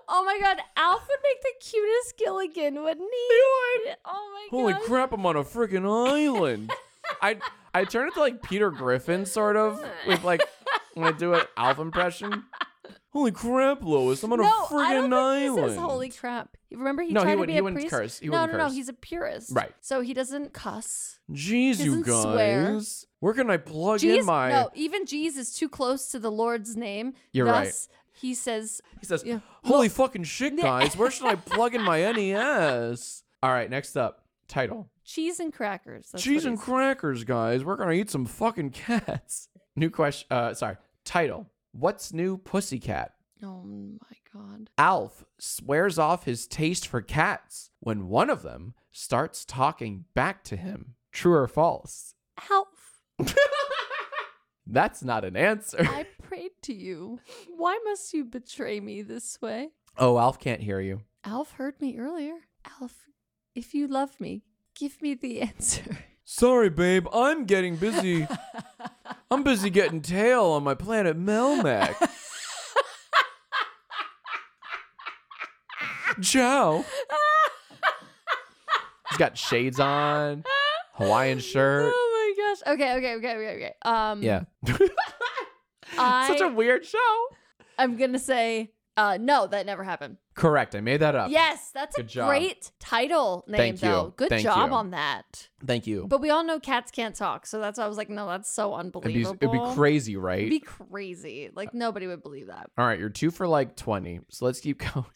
S2: oh my god, Alf would make the cutest Gilligan, wouldn't he? Oh my
S1: Holy
S2: god.
S1: crap, I'm on a freaking island. I I turn into like Peter Griffin sort of with like when I do an Alf impression. Holy crap, Lois, I'm on a
S2: no, I
S1: freaking
S2: don't think
S1: island.
S2: he says holy crap. Remember he
S1: No, he
S2: tried to
S1: wouldn't-
S2: be
S1: he
S2: a
S1: wouldn't
S2: priest.
S1: curse. He
S2: no,
S1: wouldn't
S2: no, no.
S1: curse.
S2: He's a purist.
S1: Right.
S2: So he doesn't cuss.
S1: Jeez, you
S2: doesn't swear.
S1: guys. Where can I plug in
S2: Jeez,
S1: my
S2: no, even Jeez is too close to the Lord's name.
S1: You're right.
S2: Thus, He says,
S1: He says,
S2: Yeah.
S1: Holy fucking shit, guys, where should I plug in my NES? All right, next up, title.
S2: "Cheese and crackers." That's
S1: Cheese
S2: what
S1: and
S2: he
S1: crackers, guys. We're gonna eat some fucking cats. New question uh sorry. Title. What's new pussycat?
S2: says. Oh my god.
S1: Alf swears off his taste for cats when one of them starts talking back to him. True or false?
S2: Alf,
S1: That's not an answer.
S2: I prayed to you. Why must you betray me this way?
S1: Oh, Alf can't hear you.
S2: Alf heard me earlier. Alf, if you love me, give me the answer.
S1: Sorry, babe. I'm getting busy. I'm busy getting tail on my planet Melmac. Ciao. He's got shades on, Hawaiian shirt.
S2: Oh my gosh. Okay, okay, okay, okay, okay. Um,
S1: Er Yeah.
S2: I,
S1: Such a weird show.
S2: I'm gonna say, uh, no, that never happened.
S1: Correct. I made that up.
S2: Yes, that's
S1: Uh, Good
S2: a
S1: job.
S2: great title name,
S1: Thank you.
S2: though. Good
S1: Thank
S2: job
S1: you.
S2: on that.
S1: Thank you.
S2: But we all know cats can't talk, so that's why I was like, no, that's so
S1: It'd be,
S2: unbelievable.
S1: it'd be Uh, crazy, right?
S2: It'd be crazy. Like nobody would believe that.
S1: All right, you're two for like 20. So let's keep going.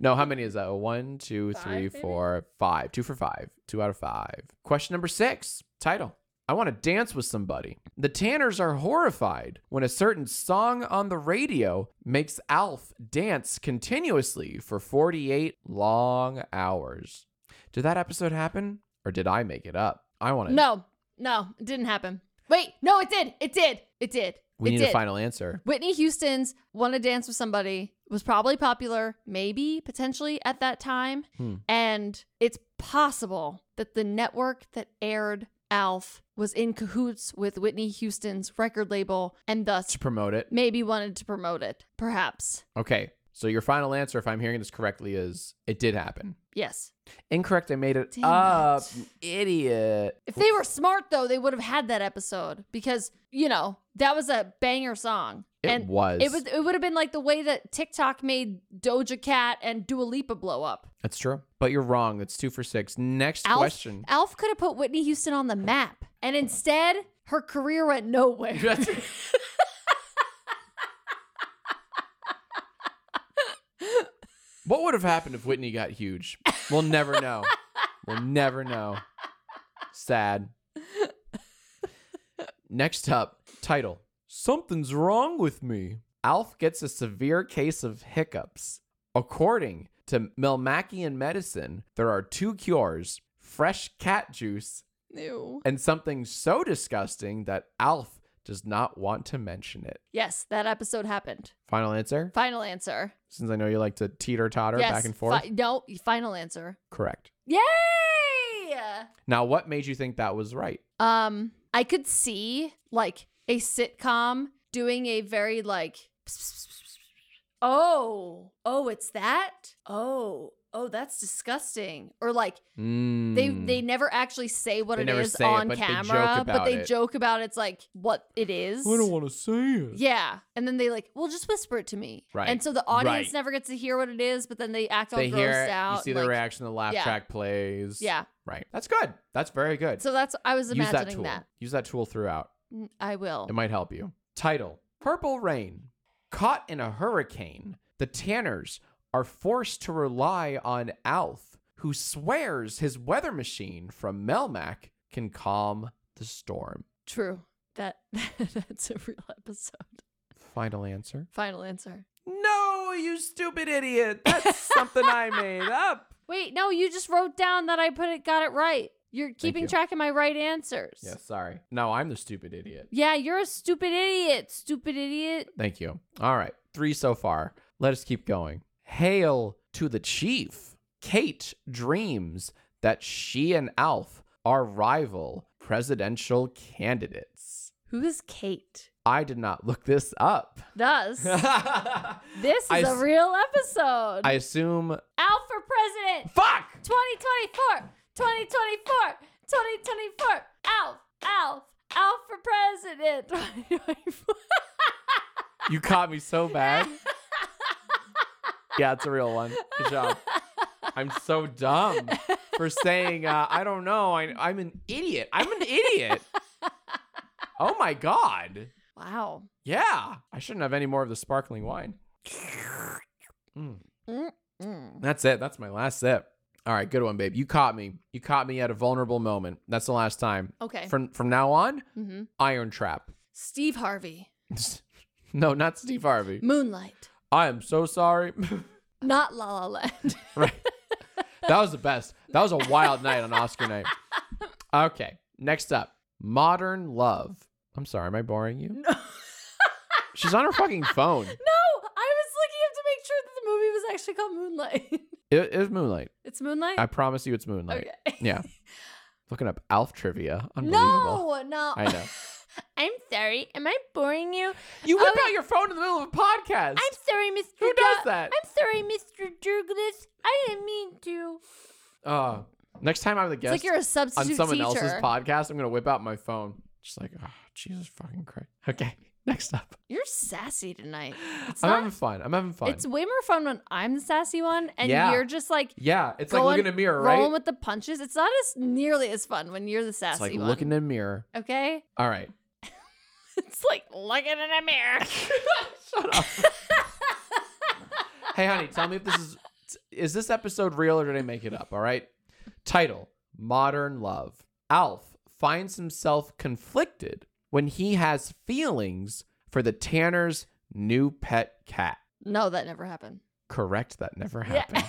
S1: no, how many is that? One, two, three,
S2: Five, maybe?
S1: four, five. Two for five. Two out of five. Question number six. Title. I want to dance with somebody. The Tanners are horrified when a certain song on the radio makes Alf dance continuously for 48 long hours. Did that episode happen or did I make it up? I want to
S2: No, no, it didn't happen. Wait, no, it did. It did. It did.
S1: We
S2: it
S1: need
S2: did.
S1: a final answer.
S2: Whitney Houston's "Want to Dance with Somebody" was probably popular, maybe potentially at that time,
S1: Hmm.
S2: and it's possible that the network that aired Alf was in cahoots with Whitney Houston's record label, and thus
S1: To promote it.
S2: maybe wanted to promote it. Perhaps,
S1: Okay. So your final answer, if I'm hearing this correctly, is it did happen.
S2: yes.
S1: Incorrect. I made it
S2: Damn
S1: up.
S2: it.
S1: you Idiot.
S2: If they were smart though, they would have had that episode because you know that was a banger song,
S1: It
S2: and
S1: was.
S2: It was it would have been like the way that TikTok made Doja Cat and Dua Lipa blow up.
S1: That's true. But you're wrong. It's two for six. Next
S2: Alf
S1: question.
S2: Alf could have put Whitney Houston on the map. And instead, her career went nowhere.
S1: what would have happened if Whitney got huge? We'll never know. We'll never know. Sad. Next up, title Something's Wrong with Me. Alf gets a severe case of hiccups. According to Melmacian medicine, there are two cures fresh cat juice
S2: Ew.
S1: and something so disgusting that Alf does not want to mention it.
S2: Yes, that episode happened.
S1: Final answer?
S2: Final answer.
S1: Since I know you like to teeter totter
S2: yes.
S1: back and forth.
S2: fi- no, final answer.
S1: Correct.
S2: Yay!
S1: Now, what made you think that was right?
S2: Um, I could see like a sitcom doing a very like Oh, oh, it's that? Oh, oh, that's disgusting. Or like they
S1: Mm.
S2: they never actually say what
S1: They
S2: it
S1: never
S2: is
S1: say it,
S2: on
S1: but they joke
S2: camera, but
S1: about
S2: they
S1: it.
S2: joke about it's like what it is.
S1: want to say it.
S2: yeah, and then they like, well, just whisper it to me,
S1: Right,
S2: And so the audience
S1: right.
S2: never gets to hear what it is, but then they act all
S1: They
S2: grossed
S1: hear it.
S2: out.
S1: you see
S2: and,
S1: the
S2: like-
S1: reaction. The laugh
S2: yeah.
S1: track plays.
S2: Yeah,
S1: Right. That's good. That's very good.
S2: so that's I was
S1: Use that
S2: imagining
S1: tool.
S2: that.
S1: Use that tool throughout.
S2: Mm, I will.
S1: It might help you. Title Purple Rain. Caught in a hurricane, the Tanners are forced to rely on Alf, who swears his weather machine from Melmac can calm the storm.
S2: True. That that's a real episode.
S1: Final answer.
S2: Final answer.
S1: No, you stupid idiot. That's something I made up.
S2: Wait, no, you just wrote down that I put it got it right. You're keeping
S1: you.
S2: track of my right answers.
S1: Yeah, sorry. No, I'm the stupid idiot.
S2: Yeah, you're a stupid idiot. Stupid idiot.
S1: Thank you. All right, three so far. Let us keep going. Hail to the chief. Kate dreams that she and Alf are rival presidential candidates.
S2: Who is Kate?
S1: I did not look this up.
S2: Thus, this is
S1: I
S2: a
S1: s-
S2: real episode.
S1: I assume.
S2: Out for president
S1: Fuck!
S2: 2024. 2024. 2024. Alf. Alf. Alf for president. 2024.
S1: You caught me so bad. Yeah, it's a real one. Good job. I'm so dumb for saying uh, I don't know. I, I'm an idiot. I'm an idiot. Oh my god.
S2: wow.
S1: Yeah, I shouldn't have any more of the sparkling wine. Mm,
S2: Mm.
S1: that's it. That's my last sip. All right, good one, babe. You caught me. You caught me at a vulnerable moment. That's the last time.
S2: Okay.
S1: From from now on,
S2: hmm
S1: Iron Trap.
S2: Steve Harvey.
S1: no, not Steve Harvey.
S2: Moonlight.
S1: I am so sorry.
S2: Not La La Land.
S1: right. That was the best. That was a wild night on Oscar night. Okay. Next up, Modern Love. I'm sorry, am I boring you?
S2: no,
S1: She's on her fucking phone.
S2: I was looking up to make sure that the movie was actually called Moonlight.
S1: It, it was Moonlight.
S2: it's Moonlight?
S1: I promise you, it's Moonlight.
S2: okay.
S1: Yeah. Looking up Alf trivia. Unbelievable.
S2: No, no.
S1: I know.
S2: I'm sorry. Am I boring you?
S1: You whip
S2: Okay.
S1: out your phone in the middle of a podcast.
S2: I'm sorry, Mr.
S1: Who
S2: Du-
S1: does that?
S2: I'm sorry, Mr. Douglas. I didn't mean to.
S1: Oh, next time I'm the
S2: It's
S1: guest
S2: like you're a
S1: on
S2: substitute
S1: someone
S2: teacher.
S1: else's podcast, I'm going to whip out my phone. Just like, oh, Jesus fucking Christ. Okay. Next up.
S2: You're sassy tonight. It's
S1: I'm
S2: not.
S1: having fun. I'm having fun.
S2: It's way more fun when I'm the sassy one, and
S1: Yeah.
S2: you're just like
S1: yeah. It's
S2: going-
S1: like looking in a mirror, right?
S2: rolling with the punches. It's not as nearly as fun when you're the sassy
S1: It's like
S2: one.
S1: looking in a mirror.
S2: okay,
S1: All right.
S2: it's like looking in a mirror.
S1: Shut up. hey, honey, tell me if this is is this episode real or did I make it up? All right. Title: Modern Love. Alf finds himself conflicted when he has feelings for the Tanner's new pet cat.
S2: no, that never happened.
S1: Correct. That never
S2: Yeah.
S1: happened.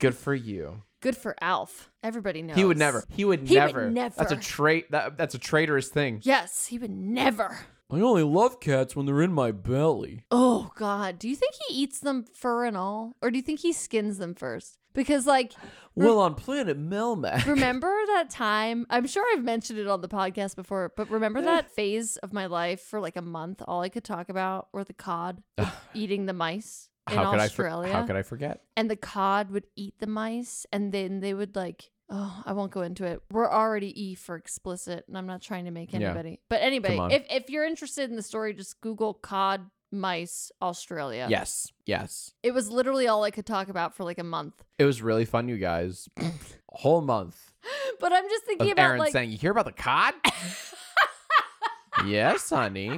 S1: Good for you.
S2: Good for Alf. Everybody knows
S1: He would never. He would
S2: He would
S1: never. That's
S2: never.
S1: a trait. That, that's a traitorous thing.
S2: Yes, he would never.
S1: I only love cats when they're in my belly.
S2: Oh God, do you think he eats them fur and all, or do you think he skins them first? Because like, Mm.
S1: Well, on planet Melmac.
S2: remember that time? I'm sure I've mentioned it on the podcast before, but remember that phase of my life for like a month? All I could talk about were the cod with eating the mice in
S1: how could I
S2: Australia,
S1: for- how could I forget?
S2: and the cod would eat the mice, and then they would like. Oh, I won't go into it. We're already E for explicit, and I'm not trying to make
S1: Yeah.
S2: anybody. But anybody,
S1: on.
S2: if if you're interested in the story, just Google cod mice Australia.
S1: Yes. Yes.
S2: It was literally all I could talk about for like a month.
S1: It was really fun, you guys. A Whole month
S2: But I'm just
S1: of
S2: thinking about
S1: Aaron
S2: like
S1: saying, "You hear about the cod?" yes, honey.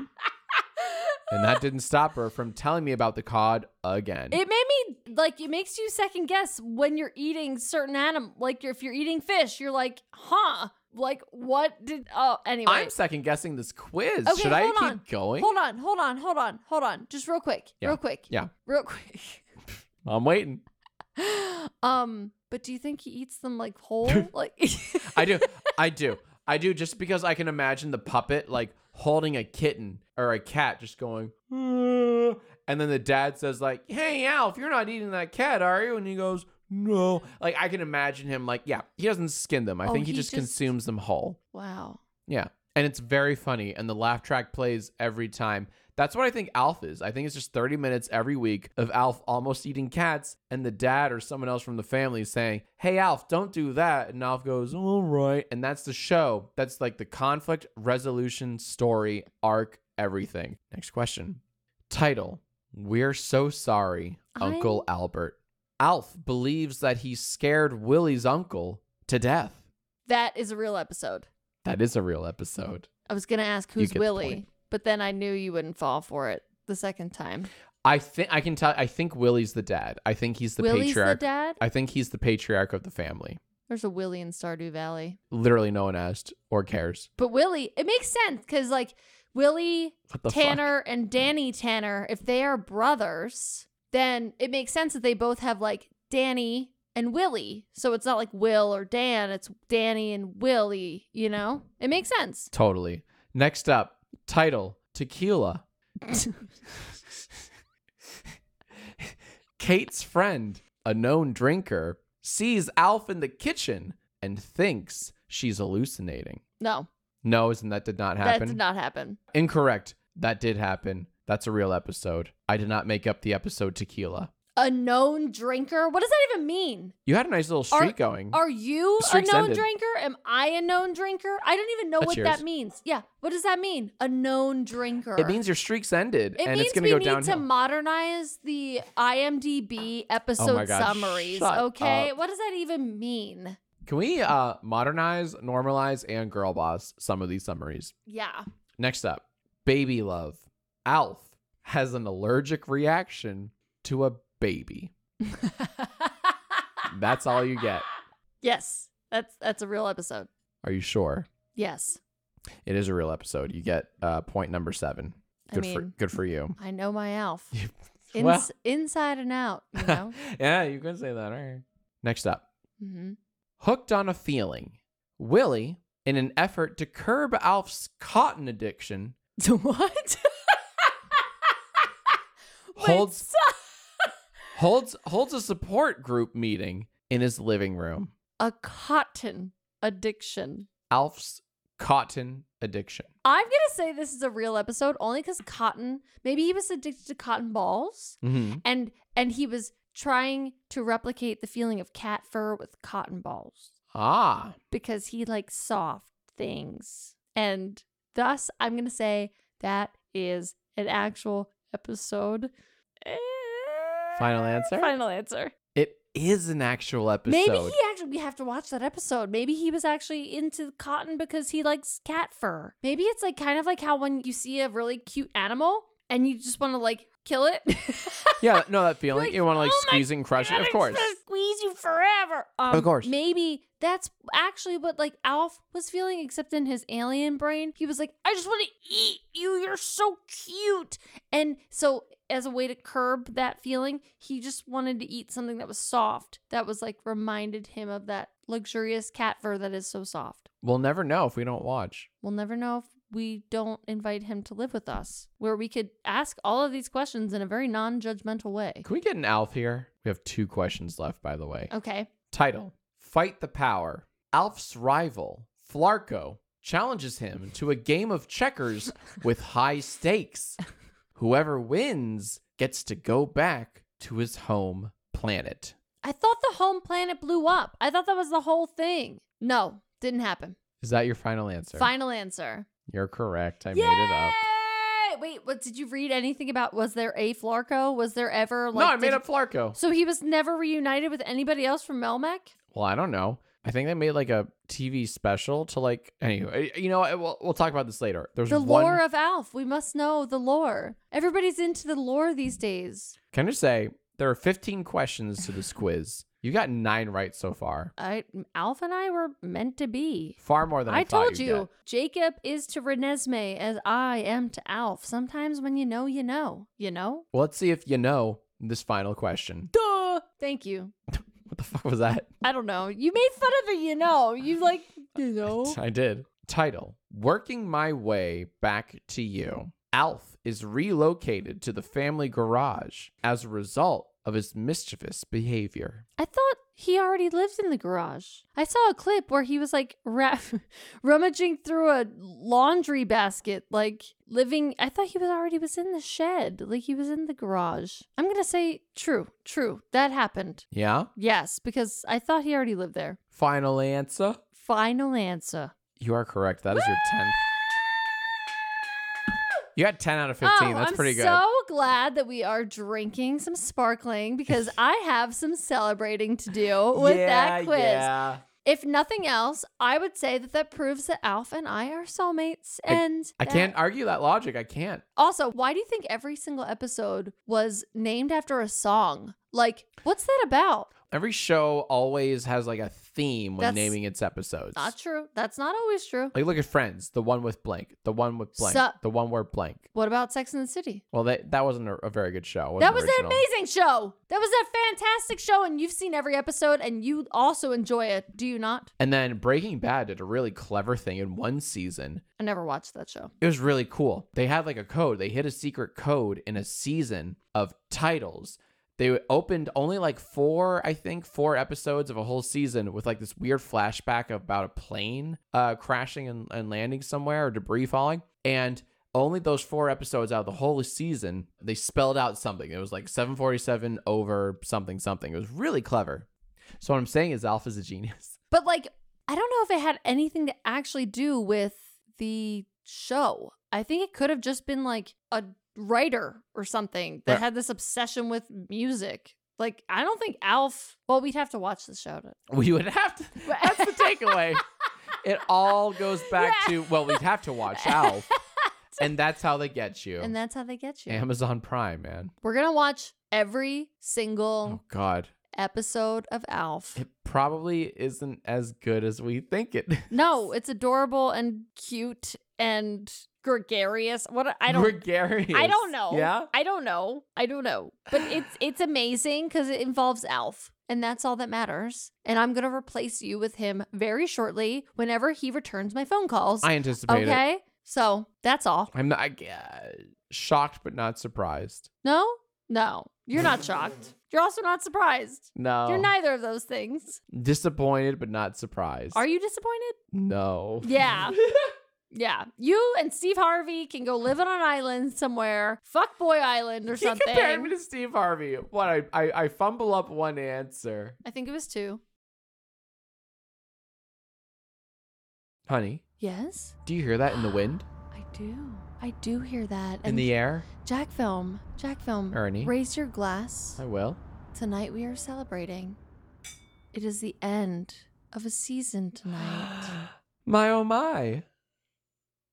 S1: And that didn't stop her from telling me about the cod again.
S2: it made me like it makes you second guess when you're eating certain animal. Like you're, if you're eating fish, you're like, huh? Like what did? Oh, anyway.
S1: I'm second guessing this quiz.
S2: Okay,
S1: Should I
S2: hold
S1: keep
S2: on.
S1: going?
S2: Hold on, hold on, hold on, hold on. Just real quick,
S1: Yeah,
S2: real quick,
S1: yeah.
S2: real quick.
S1: I'm waiting.
S2: um, but do you think he eats them like whole? like
S1: I do. I do. I do just because I can imagine the puppet like holding a kitten or a cat just going "Uh," and then the dad says like, "Hey Alf, you're not eating that cat, are you?" and he goes, "No." Like I can imagine him like, yeah, he doesn't skin them. I
S2: Oh,
S1: think he,
S2: he
S1: just,
S2: just-
S1: consumes them whole.
S2: wow.
S1: Yeah. And it's very funny and the laugh track plays every time. That's what I think Alf is. I think it's just 30 minutes every week of Alf almost eating cats and the dad or someone else from the family saying, Hey, Alf, don't do that. And Alf goes, All right. And that's the show. That's like the conflict resolution story arc, everything. Next question. Title We're So Sorry, Uncle Albert. Alf believes that he scared Willie's uncle to death.
S2: That is a real episode.
S1: That is a real episode.
S2: I was gonna ask
S1: You
S2: who's
S1: get the
S2: Willie,
S1: point.
S2: but then I knew you wouldn't fall for it the second time.
S1: I think I can tell. I think Willie's the dad. I think he's the
S2: Willie's
S1: patriarch.
S2: the dad.
S1: I think he's the patriarch of the family.
S2: There's a Willie in Stardew Valley,
S1: Literally, no one asked or cares.
S2: but Willie. It makes sense because like Willie
S1: What the fuck?
S2: Tanner and Danny Tanner, if they are brothers, then it makes sense that they both have like Danny and Willie. So it's not like Will or Dan, it's Danny and Willie, you know? It makes sense.
S1: Totally. Next up, title Tequila. Kate's friend, a known drinker, sees Alf in the kitchen and thinks she's hallucinating.
S2: No,
S1: No, isn't that did not happen?
S2: that did not happen.
S1: Incorrect. That did happen. That's a real episode. I did not make up the episode Tequila.
S2: A known drinker? What does that even mean?
S1: You had a nice little
S2: Are-
S1: streak going.
S2: Are you
S1: The
S2: a
S1: streak's
S2: known
S1: ended.
S2: drinker? Am I a known drinker? I don't even know
S1: That's
S2: what
S1: yours.
S2: that means. Yeah. What does that mean? A known drinker.
S1: it means your streak's ended
S2: It
S1: and
S2: means
S1: it's going
S2: we
S1: to go
S2: need
S1: downhill.
S2: to modernize the IMDb episode
S1: God,
S2: summaries.
S1: shut
S2: Okay, what does that even mean?
S1: Can we uh, modernize, normalize, and girl boss some of these summaries?
S2: Yeah,
S1: Next up, baby love. Alf has an allergic reaction to a baby. That's all you get.
S2: yes, that's that's a real episode.
S1: Are you sure?
S2: Yes,
S1: It is a real episode. You get uh, point number seven. Good
S2: I
S1: for
S2: mean,
S1: good for you.
S2: I know my Alf Ins-
S1: Well.
S2: inside and out. You know.
S1: yeah, you can say that. All right. Next up,
S2: hmm
S1: hooked on a feeling. Willie, in an effort to curb Alf's cotton addiction,
S2: What? Wait,
S1: Holds-
S2: so-
S1: holds holds a support group meeting in his living room.
S2: a cotton addiction.
S1: Alf's cotton addiction.
S2: I'm gonna say this is a real episode only because cotton. Maybe he was addicted to cotton balls.
S1: Mm-hmm.
S2: and and he was trying to replicate the feeling of cat fur with cotton balls
S1: Ah,
S2: because he likes soft things and thus i'm going to say that is an actual episode
S1: Final answer?
S2: final answer
S1: it is an actual episode.
S2: maybe he actually we have to watch that episode maybe he was actually into cotton because he likes cat fur maybe it's like kind of like how when you see a really cute animal and you just want to like kill it
S1: yeah, no, that feeling.
S2: Like,
S1: you want to like
S2: oh my
S1: squeeze and crush it. Of
S2: Gotta
S1: course.
S2: just squeeze you forever. Um,
S1: Of course.
S2: Maybe that's actually what like Alf was feeling, except in his alien brain, he was like, "I just want to eat you. You're so cute." And so, as a way to curb that feeling, he just wanted to eat something that was soft, that was like reminded him of that luxurious cat fur that is so soft.
S1: We'll never know if we don't watch.
S2: We'll never know if we don't invite him to live with us, where we could ask all of these questions in a very non-judgmental way.
S1: Can we get an Alf here? We have two questions left, by the way.
S2: Okay.
S1: Title Fight the Power. Alf's rival, Flarco, challenges him to a game of checkers with high stakes. Whoever wins gets to go back to his home planet.
S2: I thought the home planet blew up. I thought that was the whole thing. No, didn't happen.
S1: Is that your final answer?
S2: Final answer.
S1: You're correct. I
S2: Yay!
S1: made it up.
S2: Wait, what did you read anything about? Was there a Flarco? Was there ever like
S1: no, I
S2: did
S1: made
S2: you-
S1: up Flarco.
S2: So he was never reunited with anybody else from Melmac?
S1: Well, I don't know. I think they made like a TV special to like. Anyway, you know, what? we'll, we'll talk about this later. There's
S2: The
S1: one.
S2: lore of Alf. We must know the lore. Everybody's into the lore these days.
S1: Can I just say there are 15 questions to this quiz? You got nine right so far.
S2: I Alf and I were meant to be.
S1: Far more than I,
S2: I
S1: thought
S2: told
S1: you'd
S2: you,
S1: get.
S2: Jacob is to Renesmee as I am to Alf. Sometimes when you know, you know. You know?
S1: Well, let's see if you know this final question.
S2: Duh. Thank you.
S1: What the fuck was that?
S2: I don't know. You made fun of it, you know. You like, you know.
S1: I did. Title Working My Way Back to You. Alf is relocated to the family garage as a result of his mischievous behavior.
S2: I thought he already lived in the garage. I saw a clip where he was like ra- rummaging through a laundry basket, like living. I thought he was already was in the shed, like he was in the garage. I'm gonna say true, true. That happened.
S1: Yeah?
S2: Yes, because I thought he already lived there.
S1: Final answer?
S2: Final answer.
S1: You are correct. That is your 10th. You had 10 out of 15.
S2: oh,
S1: That's
S2: I'm
S1: pretty good.
S2: so glad that we are drinking some sparkling because I have some celebrating to do with that quiz.
S1: Yeah.
S2: If nothing else, I would say that that proves that Alf and I are soulmates.
S1: I-
S2: And
S1: I
S2: that-
S1: can't argue that logic. I can't.
S2: Also, why do you think every single episode was named after a song? Like, what's that about?
S1: Every show always has like a theme when
S2: That's
S1: naming its episodes.
S2: Not true. That's not always true.
S1: like look at Friends, the one with blank, the one with blank,
S2: Sup-
S1: the one where blank.
S2: What about Sex and the City?
S1: Well, that that wasn't a, a very good show. It wasn't
S2: That was
S1: original.
S2: an amazing show. That was a fantastic show, and you've seen every episode and you also enjoy it, do you not?
S1: And then Breaking Bad did a really clever thing in one season.
S2: I never watched that show.
S1: It was really cool. They had like a code. They hid a secret code in a season of titles. They opened only like four, I think, four episodes of a whole season with like this weird flashback about a plane uh, crashing and, and landing somewhere or debris falling. And only those four episodes out of the whole season, they spelled out something. It was like 747 over something, something. It was really clever. So, what I'm saying is, Alpha's a genius.
S2: But like, I don't know if it had anything to actually do with the show. I think it could have just been like a writer or something that
S1: Right.
S2: had this obsession with music. Like, I don't think Alf. Well, we'd have to watch the show. To,
S1: We would have to. That's the takeaway. it all goes back
S2: Yeah.
S1: to well, we'd have to watch Alf, and that's how they get you.
S2: and that's how they get you.
S1: Amazon Prime, man.
S2: We're gonna watch every
S1: Oh
S2: single
S1: God,
S2: episode of Alf.
S1: it probably isn't as good as we think it.
S2: No, it's adorable and cute and gregarious. What I don't
S1: Gregarious.
S2: I don't know.
S1: Yeah.
S2: I don't know. I don't know. But it's it's amazing because it involves Alf, and that's all that matters. And I'm gonna replace you with him very shortly whenever he returns my phone calls.
S1: I anticipate it.
S2: okay. So that's all.
S1: I'm not I- uh, shocked, but not surprised.
S2: No, no, you're not shocked. You're also not surprised.
S1: No.
S2: You're neither of those things.
S1: disappointed, but not surprised.
S2: Are you disappointed?
S1: No.
S2: Yeah. Yeah, you and Steve Harvey can go live on an island somewhere, fuck Boy Island or
S1: He
S2: something.
S1: compared me to Steve Harvey. What I, I I fumble up one answer,
S2: I think it was two.
S1: honey.
S2: Yes.
S1: Do you hear that in the wind?
S2: I do. I do hear that.
S1: in
S2: And
S1: the air?
S2: Jack film, Jack film,
S1: Ernie.
S2: raise your glass.
S1: I will.
S2: Tonight we are celebrating. It is the end of a season tonight.
S1: my oh my.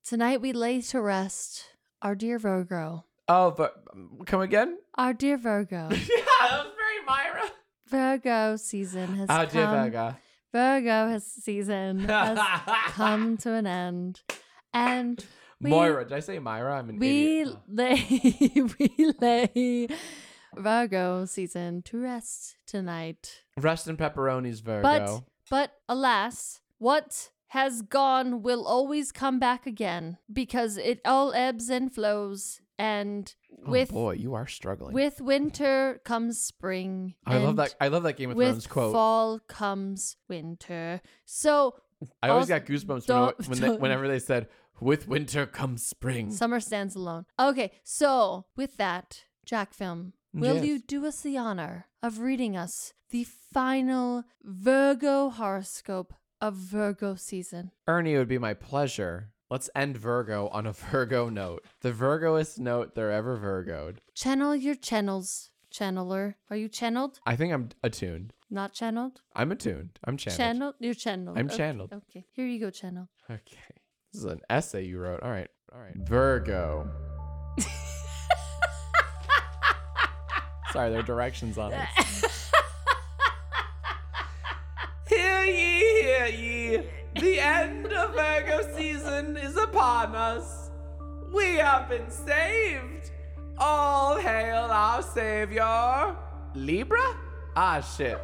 S2: tonight we lay to rest our dear Virgo.
S1: Oh, but um, come again?
S2: Our dear Virgo.
S1: yeah, that was very Myra.
S2: Virgo season has
S1: Oh,
S2: come.
S1: dear Virgo.
S2: Virgo has season has come to an end. And we-
S1: Moira. Did I say Myra? I'm an
S2: we
S1: idiot.
S2: lay we lay Virgo season to rest tonight.
S1: Rest in pepperonis, Virgo. Oh,
S2: But but alas, what has gone will always come back again because it all ebbs and flows and
S1: Oh,
S2: with
S1: boy, you are struggling.
S2: with winter comes spring.
S1: I love
S2: and
S1: that. I love that Game of Thrones
S2: With
S1: quote.
S2: fall comes winter. So
S1: I always
S2: also-
S1: got goosebumps
S2: Don't-
S1: when, when they,
S2: don't-
S1: whenever they said, "With winter comes spring."
S2: summer stands alone. Okay, so with that, Jack Film, will
S1: Yes.
S2: you do us the honor of reading us the final Virgo horoscope of Virgo season?
S1: Ernie, it would be my pleasure. Let's end Virgo on a Virgo note. The Virgoest note they're ever Virgoed.
S2: Channel your channels, channeler. Are you channeled?
S1: I think I'm attuned.
S2: Not channeled?
S1: I'm attuned. I'm channeled.
S2: Channeled? You're channeled.
S1: I'm
S2: Okay,
S1: channeled.
S2: Okay. Here you go, channel.
S1: Okay. This is an essay you wrote. All right. All right. Virgo. Sorry, there are directions on it. Hear ye, hear ye. The end of Virgo season is upon us. We have been saved. All hail our savior. Libra? Ah, shit.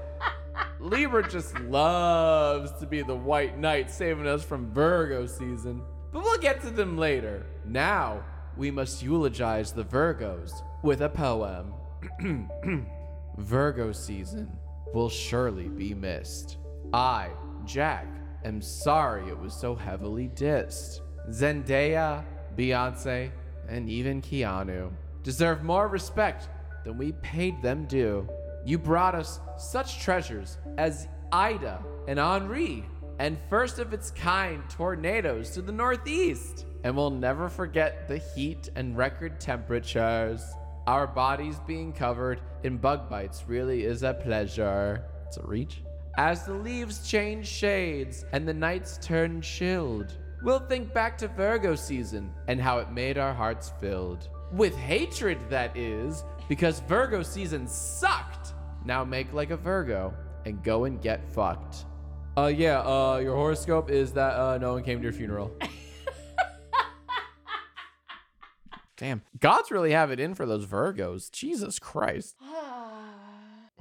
S1: Libra just loves to be the white knight saving us from Virgo season. But we'll get to them later. Now, we must eulogize the Virgos with a poem. Virgo season. will surely be missed. I, Jack, am sorry it was so heavily dissed. Zendaya, Beyonce, and even Keanu deserve more respect than we paid them due. You brought us such treasures as Ida and Henri, and first of its kind tornadoes to the Northeast. And we'll never forget the heat and record temperatures. Our bodies being covered in bug bites really is a pleasure. It's a reach. As the leaves change shades and the nights turn chilled, we'll think back to Virgo season and how it made our hearts filled. With hatred, that is, because Virgo season sucked. Now make like a Virgo and go and get fucked. Uh, yeah, uh, your horoscope is that uh, no one came to your funeral. Damn. Gods really have it in for those Virgos. Jesus Christ.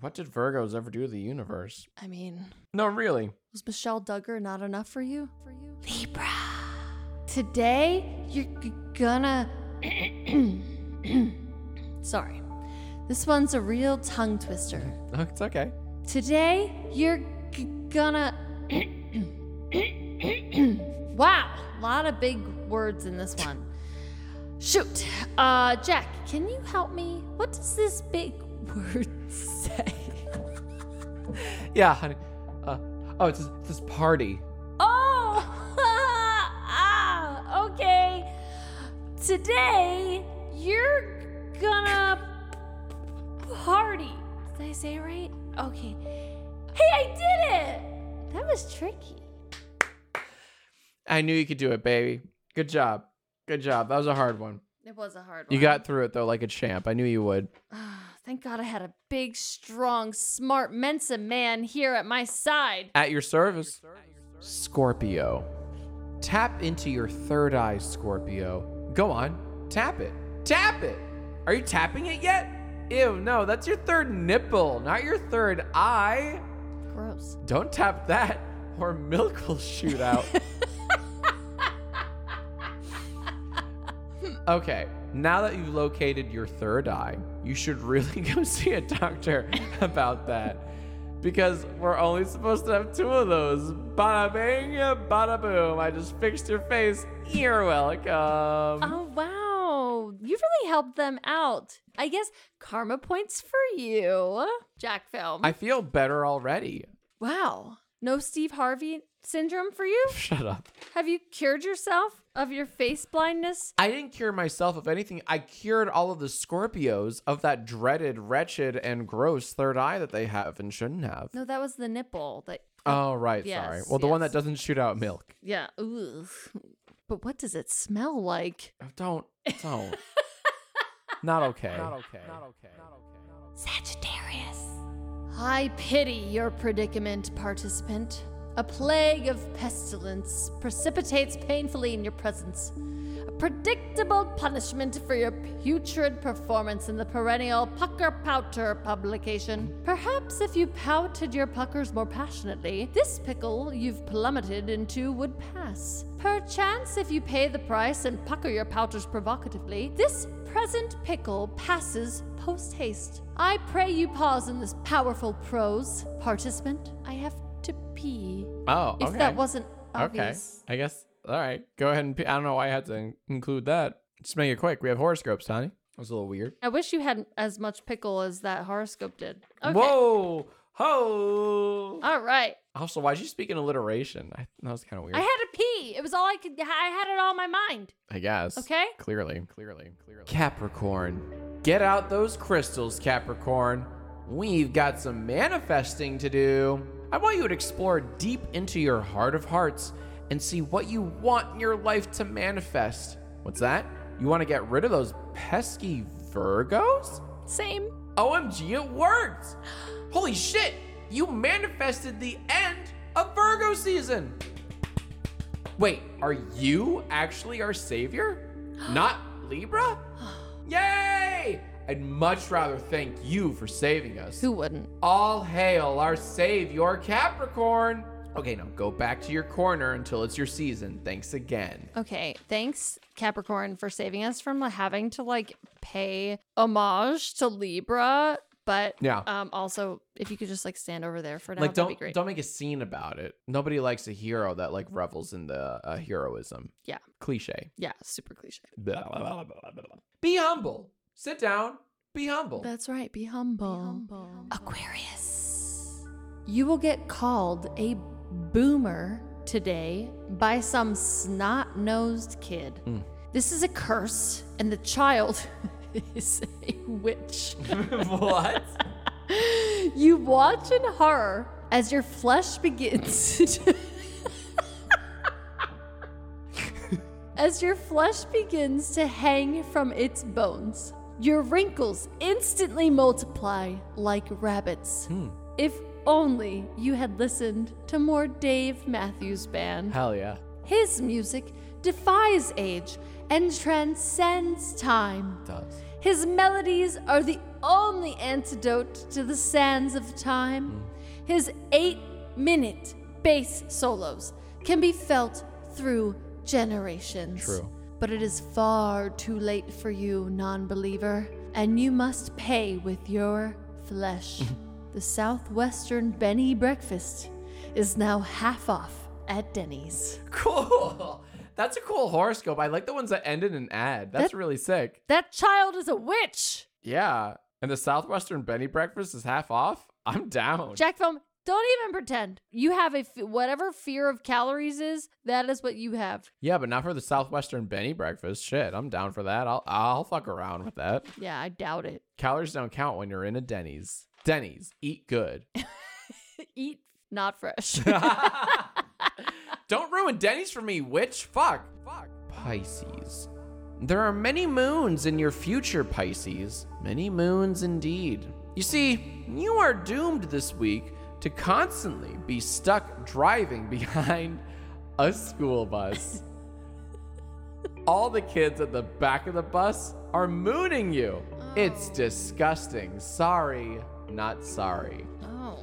S1: What did Virgos ever do to the universe?
S2: I mean,
S1: No, really.
S2: was Michelle Duggar not enough for you? For you? Libra. Today, you're g- gonna. Sorry. This one's a real tongue twister.
S1: No, It's okay.
S2: Today, you're g- gonna. wow, a lot of big words in this one. Shoot, uh, Jack, can you help me? What does this big word say?
S1: Yeah, honey. Uh, oh, it's this, this party.
S2: oh, ah, okay. Today, you're gonna party. Did I say it right? Okay. Hey, I did it! That was tricky.
S1: I knew you could do it, baby. Good job. Good job. That was a hard one.
S2: It was a hard one.
S1: You got through it, though, like a champ. I knew you would.
S2: Ah, Thank God I had a big, strong, smart Mensa man here at my side.
S1: At your service. Scorpio. Tap into your third eye, Scorpio. Go on. Tap it. Tap it. Are you tapping it yet? Ew, no, that's your third nipple, not your third eye.
S2: Gross.
S1: Don't tap that or milk will shoot out. okay, now that you've located your third eye, you should really go see a doctor about that. Because we're only supposed to have two of those. Bada bing, bada boom. I just fixed your face. You're welcome.
S2: Oh, wow. You really helped them out. I guess karma points for you, Jack Film.
S1: I feel better already.
S2: wow. No Steve Harvey syndrome for you?
S1: Shut up.
S2: Have you cured yourself of your face blindness?
S1: I didn't cure myself of anything. I cured all of the Scorpios of that dreaded, wretched, and gross third eye that they have and shouldn't have.
S2: No, that was the nipple that.
S1: Oh, right. sorry.
S2: Yes,
S1: Well, the one
S2: yes.
S1: that doesn't shoot out milk.
S2: Yeah. Ooh. But what does it smell like?
S1: Don't. Don't. Not okay. Not okay. Not okay.
S2: Sagittarius. I pity your predicament, participant. A plague of pestilence precipitates painfully in your presence. A predictable punishment for your putrid performance in the perennial Pucker Pouter publication. Perhaps if you pouted your puckers more passionately, this pickle you've plummeted into would pass. Perchance if you pay the price and pucker your pouters provocatively, this present pickle passes post haste. I pray you pause in this powerful prose, participant. I have to pee.
S1: Oh, okay.
S2: If that wasn't
S1: okay.
S2: obvious.
S1: I guess. All right. Go ahead and. Pe- I don't know why I had to in- include that. Just make it quick. We have horoscopes, honey. That was a little weird.
S2: I wish you had as much pickle as that horoscope did. Okay. Uh,
S1: Whoa. Ho.
S2: All right.
S1: Also, why'd you speak in alliteration? I, that was kind of weird.
S2: I had to pee. It was all I could. I had it all in my mind.
S1: I guess.
S2: Okay.
S1: Clearly. Clearly. Clearly. Capricorn. Get out those crystals, Capricorn. We've got some manifesting to do. I want you to explore deep into your heart of hearts and see what you want in your life to manifest. What's that? You want to get rid of those pesky Virgos?
S2: Same.
S1: OMG, it worked! Holy shit! You manifested the end of Virgo season! Wait, are you actually our savior? Not Libra? Yay! I'd much rather thank you for saving us.
S2: Who wouldn't?
S1: All hail our savior, Capricorn! Okay, now go back to your corner until it's your season. Thanks again.
S2: Okay. Thanks, Capricorn, for saving us from having to like pay homage to Libra But
S1: Yeah.
S2: um, also, if you could just like stand over there for now,
S1: Like
S2: that'd Oh, be
S1: don't
S2: great.
S1: don't make a scene about it. Nobody likes a hero that like revels in the uh, heroism.
S2: Yeah.
S1: Cliche.
S2: Yeah, super cliche.
S1: Blah, blah, blah, blah, blah, blah. Be humble. Sit down. Be humble.
S2: That's right. Be humble. Aquarius. You will get called a boomer today by some snot nosed kid.
S1: Mm.
S2: This is a curse, and the child is a witch.
S1: what?
S2: you watch in horror as your flesh begins to. As your flesh begins to hang from its bones, your wrinkles instantly multiply like rabbits.
S1: Hmm.
S2: If only you had listened to more Dave Matthews Band.
S1: Hell yeah.
S2: His music defies age and transcends time.
S1: Does.
S2: His melodies are the only antidote to the sands of time. His eight minute bass solos can be felt through generations.
S1: True.
S2: But it is far too late for you, non believer, and you must pay with your flesh. the Southwestern Benny breakfast is now half off at Denny's.
S1: Cool. That's a cool horoscope. I like the ones that end in an ad. That's
S2: That-
S1: really sick.
S2: That child is a witch!
S1: Yeah. And the Southwestern Benny breakfast is half off. I'm down.
S2: Jack Film, don't even pretend. You have a f- whatever fear of calories is, that is what you have.
S1: yeah, but not for the Southwestern Benny breakfast. Shit, I'm down for that. I'll I'll fuck around with that.
S2: Yeah, I doubt it.
S1: Calories don't count when you're in a Denny's. Denny's, eat good.
S2: Eat not fresh.
S1: Don't ruin Denny's for me, witch. Fuck. Fuck. Pisces. There are many moons in your future, Pisces. Many moons indeed. You see, you are doomed this week to constantly be stuck driving behind a school bus. All the kids at the back of the bus are mooning you. It's disgusting. Sorry, not sorry.
S2: oh.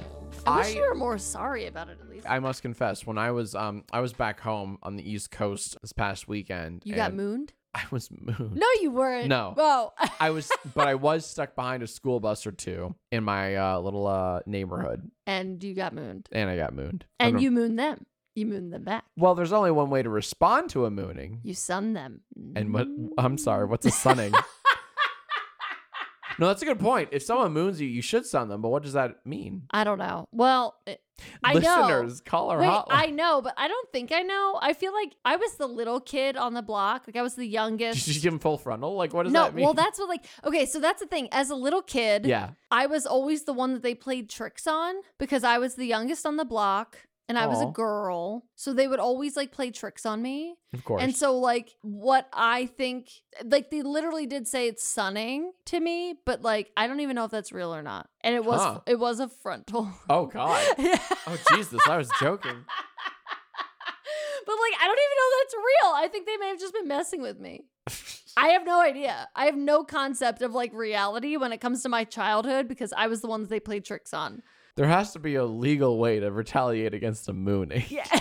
S2: I wish
S1: I-
S2: you were more sorry about it at least.
S1: I must confess, when I was um I was back home on the East Coast this past weekend.
S2: you got
S1: and
S2: mooned?
S1: I was moved.
S2: No, you weren't.
S1: No.
S2: Whoa.
S1: I was, but I was stuck behind a school bus or two in my uh, little uh, neighborhood,
S2: and you got mooned.
S1: and I got mooned. I
S2: And
S1: don't-
S2: you mooned them. You mooned them back.
S1: Well, there's only one way to respond to a mooning,
S2: You sun them. Mm.
S1: and what? I'm sorry, what's a sunning? no, that's a good point. If someone moons you, you should sun them. But what does that mean?
S2: I don't know. Well, it- I know.
S1: Listeners, call our
S2: Wait,
S1: hotline.
S2: I know, but I don't think I know. I feel like I was the little kid on the block. Like I was the youngest.
S1: Did you give him full frontal? Like, what does
S2: no,
S1: that mean?
S2: well, that's what like okay. So that's the thing. As a little kid,
S1: yeah.
S2: I was always the one that they played tricks on because I was the youngest on the block and I was a
S1: Aw.
S2: girl. So they would always like play tricks on me.
S1: Of course.
S2: And so like what I think like they literally did say it's sunning to me, but like I don't even know if that's real or not. And it was
S1: Huh.
S2: it was a frontal.
S1: oh God. Oh Jesus, I was joking.
S2: But like, I don't even know that's real. I think they may have just been messing with me. I have no idea. I have no concept of like reality when it comes to my childhood because I was the one that they played tricks on.
S1: There has to be a legal way to retaliate against a mooning.
S2: Yeah.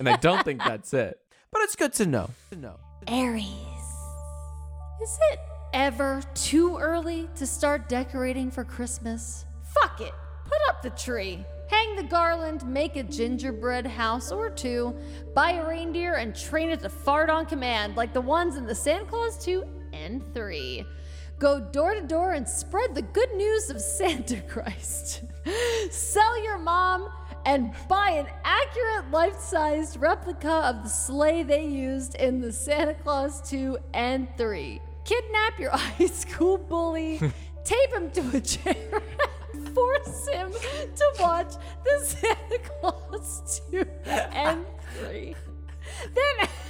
S1: And I don't think that's it. But it's good to know. To know.
S2: Aries. Is it ever too early to start decorating for Christmas? Fuck it. Put up the tree. Hang the garland, make a gingerbread house or two, buy a reindeer, and train it to fart on command like the ones in the Santa Claus 2 and 3. Go door to door and spread the good news of Santa Christ. Sell your mom and buy an accurate life sized replica of the sleigh they used in the Santa Claus 2 and 3. Kidnap your high school bully, tape him to a chair, and force him to watch the Santa Claus 2 and 3. Then.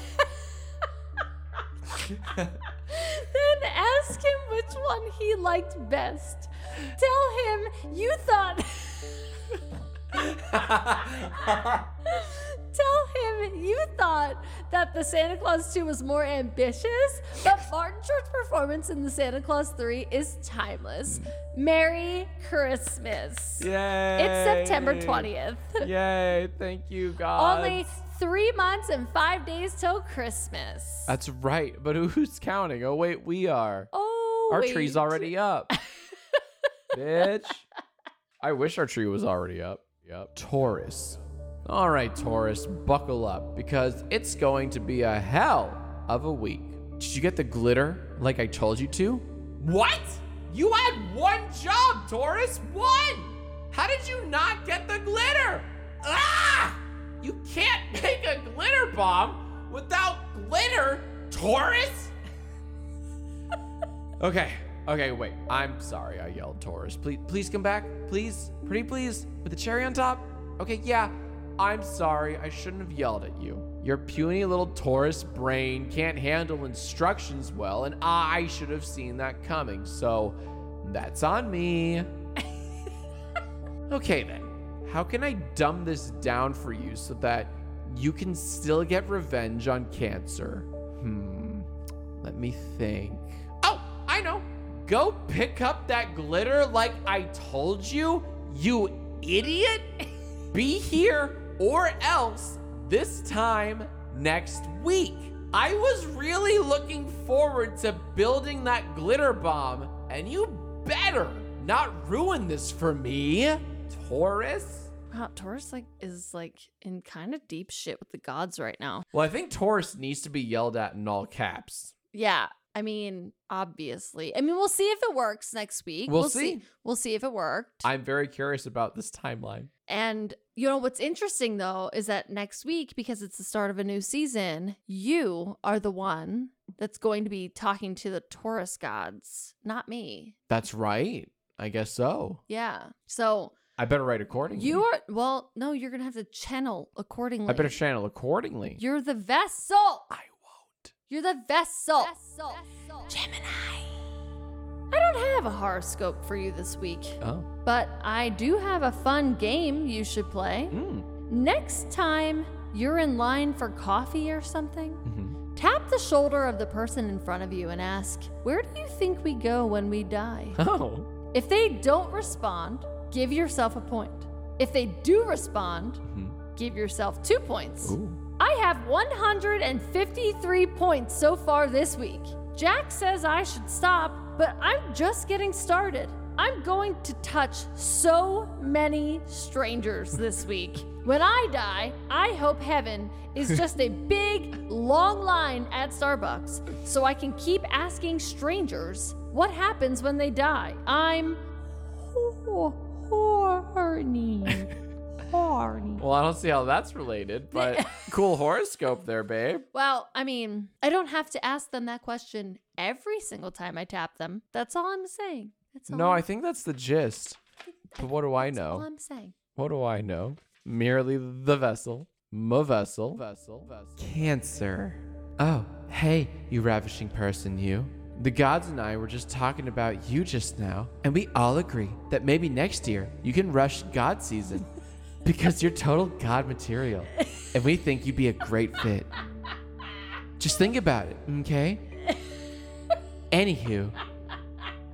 S2: Then ask him which one he liked best. Tell him you thought. Tell him you thought that the Santa Claus 2 was more ambitious, but Martin Short's performance in the Santa Claus 3 is timeless. Merry Christmas.
S1: Yay.
S2: It's September 20th.
S1: Yay. Thank you, God.
S2: Only three months and five days till Christmas.
S1: That's right. But who's counting? Oh, wait, we are.
S2: oh,
S1: Our
S2: wait.
S1: tree's already up. bitch. I wish our tree was already up. Yep. Taurus. All right, Taurus, buckle up because it's going to be a hell of a week. Did you get the glitter like I told you to? What? You had one job, Taurus. One. How did you not get the glitter? Ah! You can't make a glitter bomb without glitter, Taurus. Okay. Okay, wait. I'm sorry I yelled Taurus. Please please come back. Please. Pretty please. With the cherry on top. Okay, yeah. I'm sorry. I shouldn't have yelled at you. Your puny little Taurus brain can't handle instructions well, and I should have seen that coming. So, that's on me. okay then. How can I dumb this down for you so that you can still get revenge on cancer? Hmm. Let me think. Oh, I know. Go pick up that glitter like I told you, you idiot. Be here or else this time next week. I was really looking forward to building that glitter bomb, and you better not ruin this for me, Taurus.
S2: Wow, Taurus like is like in kind of deep shit with the gods right now.
S1: Well, I think Taurus needs to be yelled at in all caps.
S2: Yeah. I mean, obviously. I mean, we'll see if it works next week.
S1: We'll see.
S2: We'll see if it worked.
S1: I'm very curious about this timeline.
S2: and you know what's interesting though is that next week because it's the start of a new season, you are the one that's going to be talking to the Taurus gods, not me.
S1: That's right. I guess so.
S2: Yeah. So
S1: I better write accordingly.
S2: you are well, no, you're going to have to channel accordingly.
S1: Mm-hmm. I better channel accordingly.
S2: You're the vessel.
S1: I won't.
S2: You're the vessel. Gemini. I don't have a horoscope for you this week,
S1: Oh.
S2: but I do have a fun game you should play.
S1: Mm.
S2: Next time you're in line for coffee or something,
S1: Mhm.
S2: tap the shoulder of the person in front of you and ask, Where do you think we go when we die?
S1: Oh.
S2: if they don't respond, give yourself a point. If they do respond,
S1: Mhm.
S2: give yourself two points.
S1: Ooh.
S2: I have 153 points so far this week. Jack says I should stop, but I'm just getting started. I'm going to touch so many strangers this week. When I die, I hope heaven is just a big, long line at Starbucks so I can keep asking strangers what happens when they die. I'm horny. Horny.
S1: Well, I don't see how that's related, but cool horoscope there, babe.
S2: Well, I mean, I don't have to ask them that question every single time I tap them. That's all I'm saying. That's all
S1: No,
S2: I'm,
S1: I think that's the gist. But what do I
S2: that's all
S1: know?
S2: I'm saying.
S1: What do I know? Merely the vessel. My vessel. Vessel. Vessel. Cancer. Oh, hey, you ravishing person, you. The gods and I were just talking about you just now, and we all agree that maybe next year you can rush God season because you're total God material, and we think you'd be a great fit. Just think about it, okay? Anywho,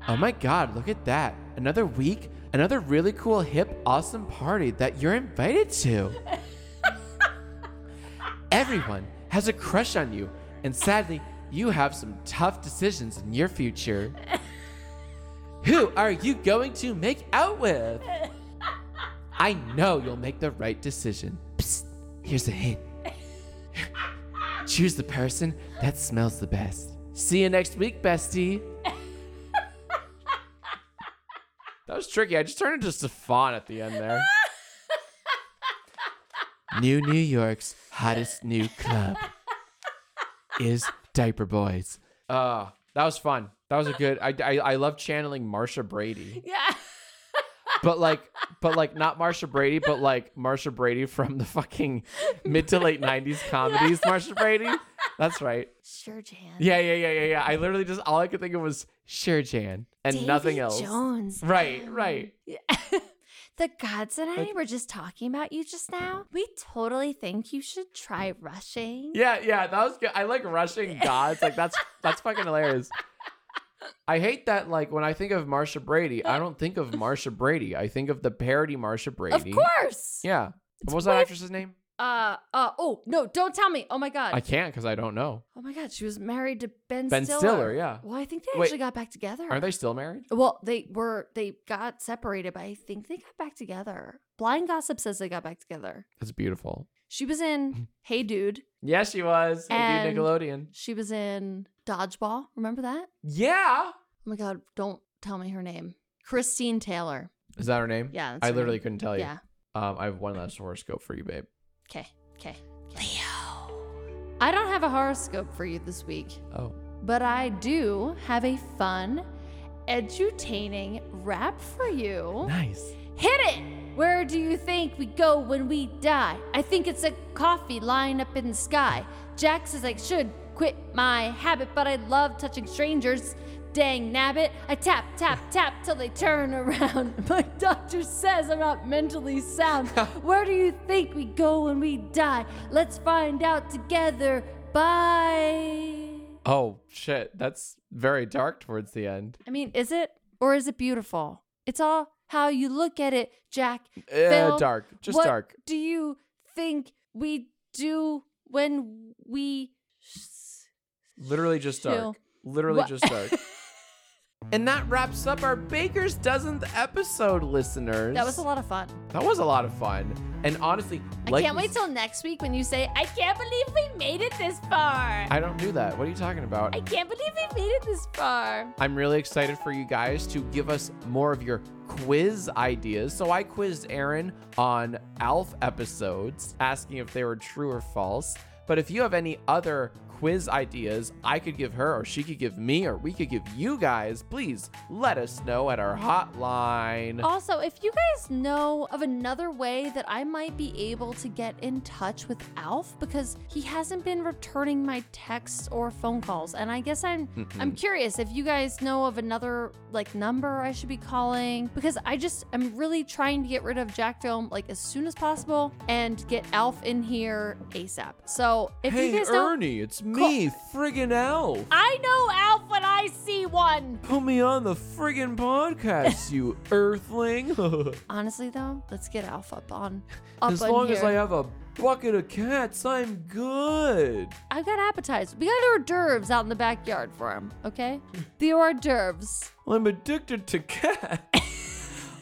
S1: oh my god, look at that. Another week, another really cool, hip, awesome party that you're invited to. Everyone has a crush on you, and sadly, you have some tough decisions in your future. Who are you going to make out with? I know you'll make the right decision. Psst, here's a hint. Choose the person that smells the best. See you next week, bestie. that was tricky. I just turned into Stefan at the end there. new New York's hottest new club is Diaper Boys. Uh, that was fun. That was a good. I, I, I love channeling Marsha Brady,
S2: Yeah.
S1: but like, but like not Marsha Brady, but like Marsha Brady from the fucking mid to late '90s comedies. Marsha Brady. That's right.
S2: Sure, Jan.
S1: Yeah, yeah, yeah, yeah, yeah. I literally just all I could think of was sure Jan and
S2: Davy
S1: nothing else.
S2: Jones.
S1: Right, right.
S2: Yeah. the gods and I
S1: Like-
S2: were just talking about you just now. We totally think you should try rushing.
S1: Yeah, yeah, that was good. I like rushing gods. Like that's that's fucking hilarious. I hate that like when I think of Marsha Brady, I don't think of Marsha Brady. I think of the parody Marsha Brady.
S2: Of course.
S1: Yeah. What was that
S2: way-
S1: actress's name?
S2: uh, uh, oh, no, don't tell me. Oh my God.
S1: I can't because I don't know.
S2: oh my God. She was married to Ben,
S1: Ben
S2: Stiller.
S1: Stiller, yeah.
S2: Well, I think they
S1: Wait.
S2: actually got back together.
S1: Aren't they still married?
S2: Well, they were, they got separated, but I think they got back together. Blind Gossip says they got back together.
S1: That's beautiful.
S2: She was
S1: Mm-hmm.
S2: in Hey Dude.
S1: Yes, she was. Hey,
S2: And-
S1: dude, Nickelodeon.
S2: She was in Dodgeball. Remember that?
S1: Yeah.
S2: Oh my God. Don't tell me her name. Christine Taylor.
S1: Is that her name?
S2: Yeah. that's
S1: I
S2: her
S1: literally
S2: name.
S1: couldn't tell you.
S2: Yeah.
S1: Um, I have one last horoscope for you, babe.
S2: Okay. Okay. Leo. I don't have a horoscope for you this week.
S1: Oh.
S2: but I do have a fun, edutaining rap for you.
S1: Nice.
S2: Hit it! Where do you think we go when we die? I think it's a coffee lying up in the sky. Jax says I should quit my habit, but I love touching strangers. Dang nabbit. I tap, tap, tap till they turn around. My doctor says I'm not mentally sound. Where do you think we go when we die? Let's find out together. Bye.
S1: Oh shit. That's very dark towards the end.
S2: I mean, is it or is it beautiful? It's all how you look at it, Jack.
S1: Uh,
S2: Phil,
S1: dark. Just
S2: what
S1: dark.
S2: Do you think we do when we s-
S1: Literally just dark.
S2: Chill.
S1: Literally
S2: What-
S1: just dark. and that wraps up our Baker's Dozen episode, listeners.
S2: That was a lot of fun.
S1: That was a lot of fun. And honestly,
S2: I
S1: like
S2: can't
S1: you
S2: wait till next week when you say, "I can't believe we made it this far." I,
S1: I don't do that. What are you talking about?
S2: can't believe we made it this far.
S1: I'm really excited for you guys to give us more of your quiz ideas. So I quizzed Aaron on ALF episodes, asking if they were true or false. But if you have any other quiz ideas I could give her, or she could give me, or we could give you guys, please let us know at our hotline.
S2: Also, if you guys know of another way that I might be able to get in touch with Alf because he hasn't been returning my texts or phone calls, and I guess I'm Oh,
S1: Hmm.
S2: I'm curious if you guys know of another like number I should be calling because I just am really trying to get rid of Jack Film like as soon as possible and get Alf in here ASAP. So if you
S1: hey,
S2: guys know,
S1: Ernie, it's me, friggin' ALF.
S2: I know Alf when I see one.
S1: Put me on the friggin' podcast, you earthling.
S2: Honestly though, let's get Alf up on up
S1: as
S2: on
S1: long
S2: here.
S1: as I have a bucket of cats, I'm good.
S2: I've got appetizers. We got hors d'oeuvres out in the backyard for him, okay?
S1: Hmm.
S2: The hors d'oeuvres.
S1: I'm addicted to cats.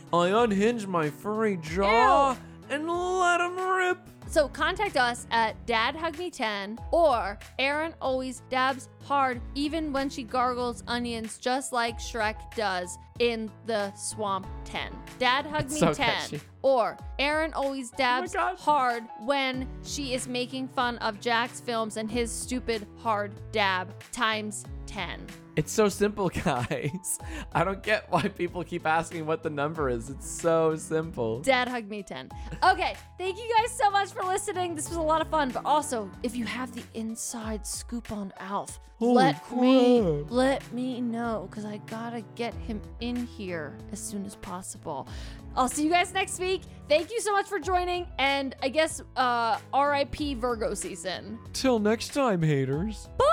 S1: I unhinge my furry jaw and let him rip.
S2: So contact us at dadhugme10 or Erin always dabs hard even when she gargles onions just like Shrek does in the swamp 10. Dadhugme10
S1: so catchy.
S2: or Erin always dabs
S1: God.
S2: hard when she is making fun of Jack's films and his stupid hard dab times 10.
S1: It's so simple, guys. I don't get why people keep asking what the number is. It's so simple.
S2: Dad hug me 10. Okay, thank you guys so much for listening. This was a lot of fun, but also, if you have the inside scoop on Alf,
S1: Holy
S2: let me
S1: crap.
S2: let me know cuz I got to get him in here as soon as possible. I'll see you guys next week. Thank you so much for joining and I guess uh RIP Virgo season.
S1: Till next time, haters.
S2: Bye.